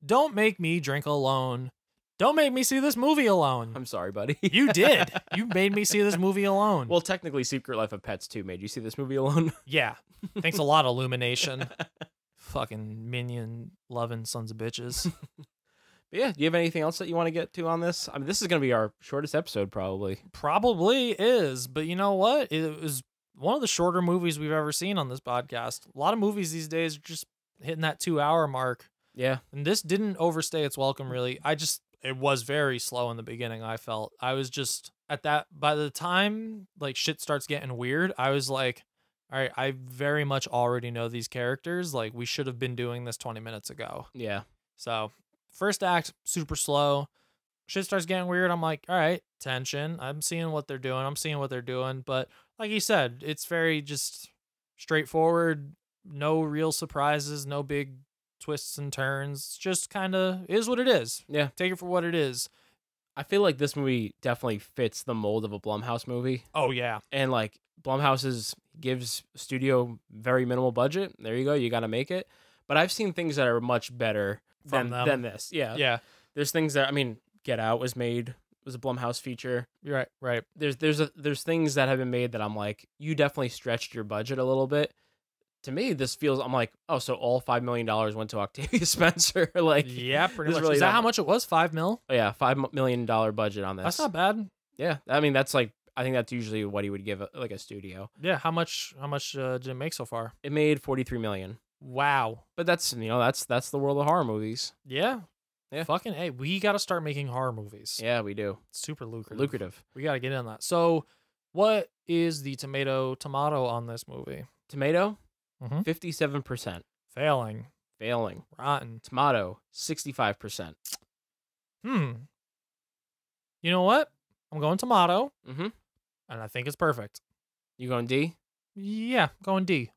Speaker 6: don't make me drink alone. Don't make me see this movie alone.
Speaker 2: I'm sorry, buddy. [LAUGHS]
Speaker 6: You did. You made me see this movie alone.
Speaker 2: Well, technically, Secret Life of Pets 2 made you see this movie alone. [LAUGHS]
Speaker 6: Yeah. Thanks a lot, Illumination. Fucking minion loving sons of [LAUGHS] bitches.
Speaker 2: But yeah, do you have anything else that you want to get to on this? I mean, this is going to be our shortest episode, probably.
Speaker 6: Probably is, but you know what? It was one of the shorter movies we've ever seen on this podcast. A lot of movies these days are just hitting that two hour mark.
Speaker 2: Yeah.
Speaker 6: And this didn't overstay its welcome, really. I just, it was very slow in the beginning, I felt. I was just at that, by the time like shit starts getting weird, I was like, all right, I very much already know these characters. Like, we should have been doing this 20 minutes ago.
Speaker 2: Yeah.
Speaker 6: So, first act, super slow. Shit starts getting weird. I'm like, all right, tension. I'm seeing what they're doing. I'm seeing what they're doing. But, like you said, it's very just straightforward, no real surprises, no big twists and turns. It's just kind of is what it is.
Speaker 2: Yeah.
Speaker 6: Take it for what it is.
Speaker 2: I feel like this movie definitely fits the mold of a Blumhouse movie.
Speaker 6: Oh, yeah.
Speaker 2: And like Blumhouse's gives studio very minimal budget. There you go. You got to make it. But I've seen things that are much better
Speaker 6: From
Speaker 2: than,
Speaker 6: them.
Speaker 2: than this. Yeah.
Speaker 6: Yeah.
Speaker 2: There's things that, I mean, Get Out was made, was a Blumhouse feature.
Speaker 6: You're right. Right.
Speaker 2: there's there's a, there's things that have been made that I'm like, you definitely stretched your budget a little bit. To me, this feels I'm like, oh, so all five million dollars went to [LAUGHS] Octavia Spencer. [LAUGHS] like,
Speaker 6: Yeah, pretty
Speaker 2: this
Speaker 6: much.
Speaker 2: really
Speaker 6: is that
Speaker 2: not-
Speaker 6: how much it was? Five mil?
Speaker 2: oh, yeah, five million dollar budget on this.
Speaker 6: That's not bad.
Speaker 2: Yeah, I mean that's like I think that's usually what he would give a, like a studio.
Speaker 6: Yeah. How much? How much uh, did it make so far?
Speaker 2: It made forty three million,
Speaker 6: Wow.
Speaker 2: but that's you know that's that's the world of horror movies.
Speaker 6: Yeah.
Speaker 2: Yeah.
Speaker 6: Fucking hey, we got to start making horror movies.
Speaker 2: Yeah, we do
Speaker 6: It's super lucrative.
Speaker 2: lucrative.
Speaker 6: We got to get in on that. So, what is the tomato tomato on this movie?
Speaker 2: Tomato,
Speaker 6: Mhm.
Speaker 2: fifty seven percent
Speaker 6: Failing,
Speaker 2: failing.
Speaker 6: rotten.
Speaker 2: Tomato, sixty five percent.
Speaker 6: Hmm. You know what? I'm going tomato,
Speaker 2: Mm-hmm.
Speaker 6: and I think it's perfect.
Speaker 2: You going D?
Speaker 6: Yeah, going D.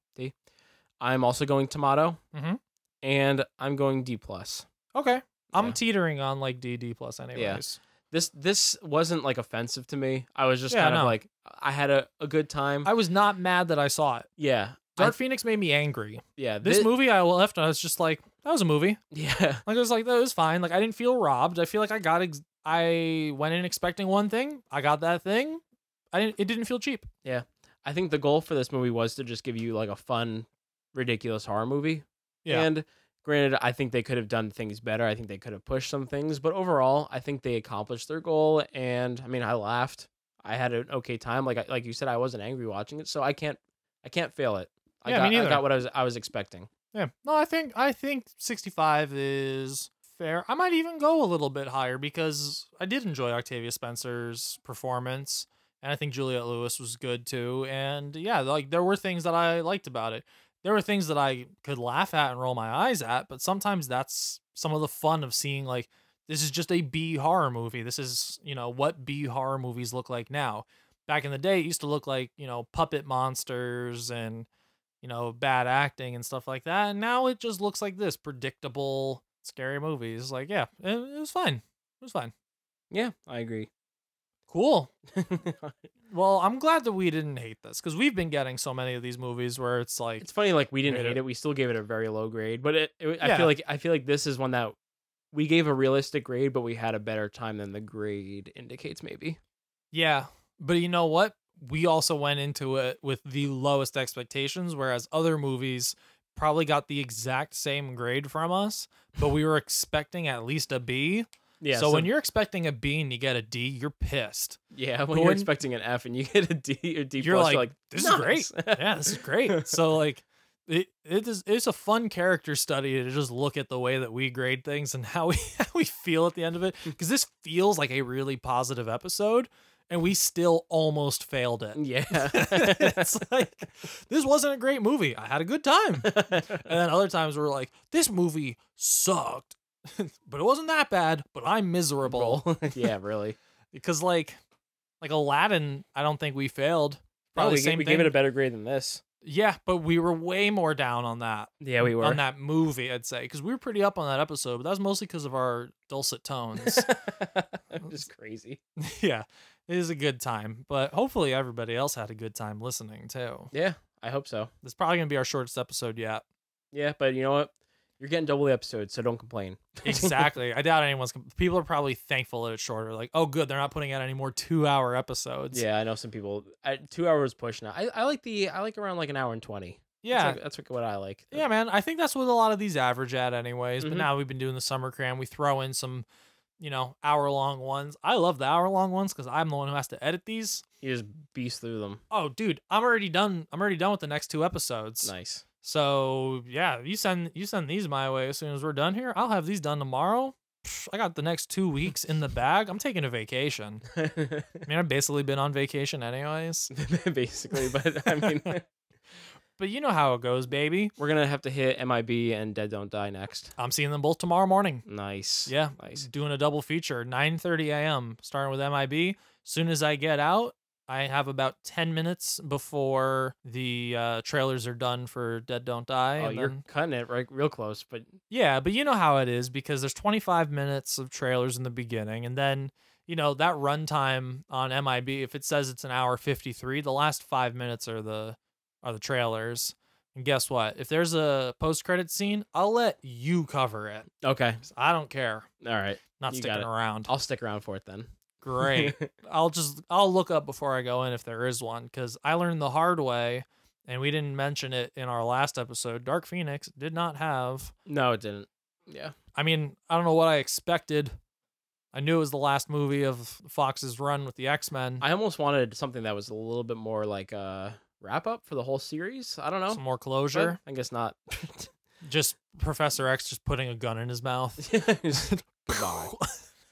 Speaker 2: I'm also going tomato.
Speaker 6: Mhm.
Speaker 2: And I'm going D plus.
Speaker 6: Okay. I'm
Speaker 2: Yeah.
Speaker 6: teetering on like D D plus anyways.
Speaker 2: This this wasn't like offensive to me. I was just
Speaker 6: Yeah,
Speaker 2: kind of
Speaker 6: no.
Speaker 2: like I had a, a good time.
Speaker 6: I was not mad that I saw it.
Speaker 2: yeah. I-
Speaker 6: Dark Phoenix made me angry.
Speaker 2: yeah.
Speaker 6: This
Speaker 2: thi-
Speaker 6: movie I left and I was just like, that was a movie.
Speaker 2: [LAUGHS] Yeah.
Speaker 6: Like I was like, that was fine. Like I didn't feel robbed. I feel like I got ex- I went in expecting one thing. I got that thing. I didn't it didn't feel cheap.
Speaker 2: I think the goal for this movie was to just give you like a fun, ridiculous horror movie.
Speaker 6: Yeah.
Speaker 2: And granted, I think they could have done things better. I think they could have pushed some things, but overall, I think they accomplished their goal. And I mean, I laughed. I had an okay time. Like I- like you said, I wasn't angry watching it, so I can't I can't fail it. I
Speaker 6: Yeah,
Speaker 2: got,
Speaker 6: me neither.
Speaker 2: I got what I was I was expecting.
Speaker 6: Yeah. No, I think I think 65 is fair. I might even go a little bit higher because I did enjoy Octavia Spencer's performance and I think Juliette Lewis was good too. And yeah, like there were things that I liked about it. There were things that I could laugh at and roll my eyes at, but sometimes that's some of the fun of seeing like this is just a B horror movie. This is, you know, what B horror movies look like now. Back in the day, it used to look like, you know, puppet monsters and you know, bad acting and stuff like that. And now it just looks like this predictable, scary movies. Like, yeah, it, it was fine. It was fine.
Speaker 2: Yeah, I agree. [LAUGHS]
Speaker 6: Cool. Well, I'm glad that we didn't hate this because we've been getting so many of these movies where it's like,
Speaker 2: it's funny, like we didn't
Speaker 6: Hate
Speaker 2: hate
Speaker 6: it.
Speaker 2: it. We still gave it a very low grade, but it, it I
Speaker 6: Yeah.
Speaker 2: feel like I feel like this is one that we gave a realistic grade, but we had a better time than the grade indicates. Maybe.
Speaker 6: yeah, but you know what? We also went into it with the lowest expectations, whereas other movies probably got the exact same grade from us, but
Speaker 2: [LAUGHS]
Speaker 6: we were expecting at least a B.
Speaker 2: Yeah.
Speaker 6: so when you're expecting a B and you get a D, you're pissed.
Speaker 2: yeah when
Speaker 6: but
Speaker 2: you're
Speaker 6: when-
Speaker 2: expecting an F and you [LAUGHS] get a D or D
Speaker 6: you're,
Speaker 2: plus,
Speaker 6: like,
Speaker 2: you're like
Speaker 6: this is
Speaker 2: "Nice."
Speaker 6: great.
Speaker 2: [LAUGHS]
Speaker 6: [LAUGHS] yeah, this is great. So like it, it is it's a fun character study to just look at the way that we [LAUGHS] grade things and how we how we feel at the end of it because this feels like a really positive episode and we still almost failed
Speaker 2: [LAUGHS]
Speaker 6: it. [LAUGHS]
Speaker 2: Yeah.
Speaker 6: it's
Speaker 2: [LAUGHS]
Speaker 6: like this wasn't a great movie. I had a good time. and then other times we're like, this movie sucked. [LAUGHS] but it wasn't that bad, but
Speaker 2: [LAUGHS]
Speaker 6: I'm miserable. [LAUGHS]
Speaker 2: yeah, really.
Speaker 6: because like like Aladdin, I don't think we failed.
Speaker 2: No,
Speaker 6: Probably
Speaker 2: we,
Speaker 6: the
Speaker 2: ga-
Speaker 6: same
Speaker 2: we gave
Speaker 6: thing.
Speaker 2: it a better grade than this.
Speaker 6: Yeah, but we were way more down on that.
Speaker 2: Yeah, we were.
Speaker 6: on that movie. I'd say because we were pretty up on that episode, but that was mostly because of our
Speaker 2: [LAUGHS]
Speaker 6: dulcet tones. [LAUGHS]
Speaker 2: Just crazy.
Speaker 6: yeah, it is a good time, but hopefully everybody else had a good time listening too.
Speaker 2: Yeah, I hope so.
Speaker 6: It's probably gonna be our shortest
Speaker 2: [LAUGHS]
Speaker 6: episode yet.
Speaker 2: Yeah, but you know what? You're getting double the episode, so don't complain.
Speaker 6: Exactly. I doubt anyone's. com- People are probably thankful that it's shorter. Like, oh, good, they're not putting out any more two-hour episodes.
Speaker 2: yeah, I know some people. I, two hours pushing. I I like the I like around like an hour and twenty.
Speaker 6: Yeah.
Speaker 2: that's, like, that's like what I like.
Speaker 6: Yeah, man. I think that's what a lot of these average at, anyways.
Speaker 2: Mhm.
Speaker 6: But now we've been doing the summer cram. We throw in some, you know, hour long ones. I love the hour long ones because I'm the one who has to edit these.
Speaker 2: You just beast through them.
Speaker 6: Oh, dude, I'm already done. I'm already done with the next two episodes.
Speaker 2: Nice. [LAUGHS]
Speaker 6: So yeah, you send you send these my way as soon as we're done here. I'll have these done tomorrow. Psh, I got the next two weeks in the bag. I'm taking a vacation. I mean, I've basically been on vacation anyways.
Speaker 2: Basically, but I
Speaker 6: [LAUGHS]
Speaker 2: mean, [LAUGHS]
Speaker 6: but you know how it goes, baby.
Speaker 2: we're gonna have to hit MIB and Dead Don't Die next.
Speaker 6: I'm seeing them both tomorrow morning.
Speaker 2: Nice.
Speaker 6: Yeah,
Speaker 2: Nice.
Speaker 6: doing a double feature, 9:30 a.m. starting with MIB. Soon as I get out, I have about 10 minutes before the uh, trailers are done for Dead Don't Die.
Speaker 2: oh,
Speaker 6: and
Speaker 2: you're
Speaker 6: then-
Speaker 2: cutting it right, real close. But
Speaker 6: yeah, but you know how it is because there's 25 minutes of trailers in the beginning, and then you know that runtime on MIB. If it says it's an hour 53, the last five minutes are the are the trailers. And guess what? If there's a post credit scene, I'll let you cover it.
Speaker 2: okay,
Speaker 6: I don't care.
Speaker 2: all right.
Speaker 6: Not
Speaker 2: You got
Speaker 6: sticking
Speaker 2: it.
Speaker 6: around.
Speaker 2: I'll stick around for it then.
Speaker 6: Great. I'll just I'll look up before I go in if there is one because I learned the hard way, and we didn't mention it in our last episode. Dark Phoenix did not have.
Speaker 2: [LAUGHS] No, it didn't. Yeah.
Speaker 6: I mean, I don't know what I expected. I knew it was the last movie of Fox's run with the X Men.
Speaker 2: I almost wanted something that was a little bit more like a wrap up for the whole series. I don't know.
Speaker 6: Some more
Speaker 2: but
Speaker 6: closure.
Speaker 2: I guess
Speaker 6: [LAUGHS]
Speaker 2: not. [LAUGHS]
Speaker 6: Just Professor X just putting a gun in his mouth. [LAUGHS]
Speaker 2: that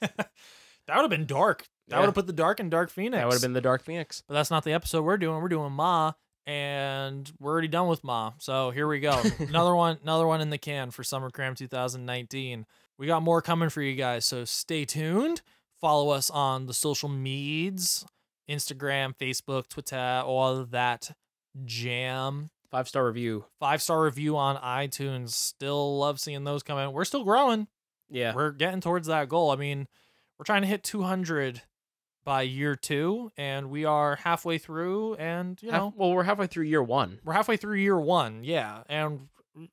Speaker 6: That would have been dark. That
Speaker 2: Yeah.
Speaker 6: would have put the dark in Dark Phoenix.
Speaker 2: would have been the Dark Phoenix.
Speaker 6: But that's not the episode we're doing. We're doing Ma, and we're already done with Ma. So here we go. another one, another one in the can for Summer Cram 2019. We got more coming for you guys, so stay tuned. Follow us on the social medias, Instagram, Facebook, Twitter, all of that jam.
Speaker 2: Five star review.
Speaker 6: Five star review on iTunes. Still love seeing those come in. We're still growing.
Speaker 2: Yeah.
Speaker 6: We're getting towards that goal. I mean, we're trying to hit 200 by year two, and we are halfway through, and, you
Speaker 2: Half-
Speaker 6: know,
Speaker 2: well, we're halfway through year one.
Speaker 6: we're halfway through year one. Yeah. And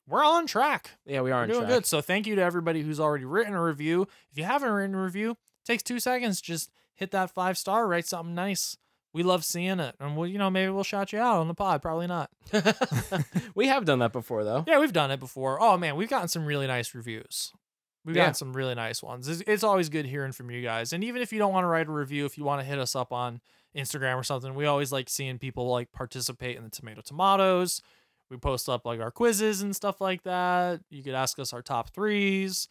Speaker 6: we're on track.
Speaker 2: Yeah, we are
Speaker 6: We're
Speaker 2: on
Speaker 6: doing
Speaker 2: track.
Speaker 6: good. So thank you to everybody who's already written a review. If you haven't written a review, it takes two seconds. Just hit that five star, write something nice. We love seeing it. And we'll, you know, maybe we'll shout you out on the pod. Probably not.
Speaker 2: [LAUGHS] we have done that before though.
Speaker 6: Yeah, we've done it before. Oh man, we've gotten some really nice reviews. We've
Speaker 2: Yeah.
Speaker 6: gotten some really nice ones. It's, it's always good hearing from you guys. And even if you don't want to write a review, if you want to hit us up on Instagram or something, we always like seeing people like participate in the tomato tomatoes. We post up like our quizzes and stuff like that. You could ask us our top threes.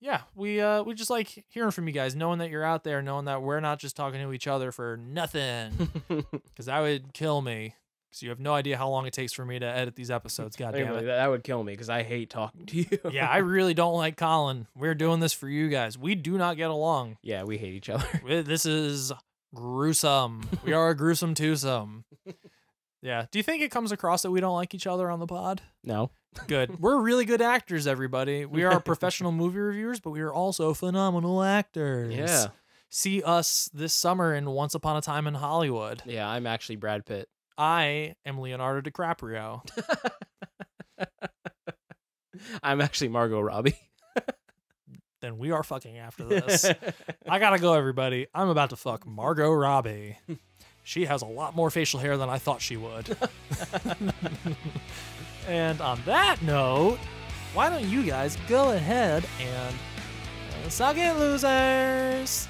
Speaker 6: Yeah, we uh we just like hearing from you guys, knowing that you're out there, knowing that we're not just talking to each other for
Speaker 2: [LAUGHS]
Speaker 6: nothing. Because that would kill me. Because you have no idea how long it takes for me to edit these episodes. God damn
Speaker 2: Anyway,
Speaker 6: it.
Speaker 2: that, that would kill me because I hate talking to you.
Speaker 6: yeah, I really don't like Colin. We're doing this for you guys. We do not get along.
Speaker 2: [LAUGHS] yeah, we hate each other. [LAUGHS]
Speaker 6: We- This is gruesome. We are a gruesome twosome. Yeah. Do you think it comes across that we don't like each other on the pod?
Speaker 2: No.
Speaker 6: Good. We're really good actors, everybody. We are professional movie reviewers, but we are also phenomenal actors.
Speaker 2: Yeah.
Speaker 6: See us this summer in Once Upon a Time in Hollywood.
Speaker 2: Yeah, I'm actually Brad Pitt.
Speaker 6: I am Leonardo DiCaprio.
Speaker 2: I'm actually Margot Robbie. [LAUGHS]
Speaker 6: then we are fucking after this. [LAUGHS] I gotta go, everybody. I'm about to fuck Margot Robbie. She has a lot more facial hair than I thought she would. [LAUGHS] and on that note, why don't you guys go ahead and uh, suck it, losers?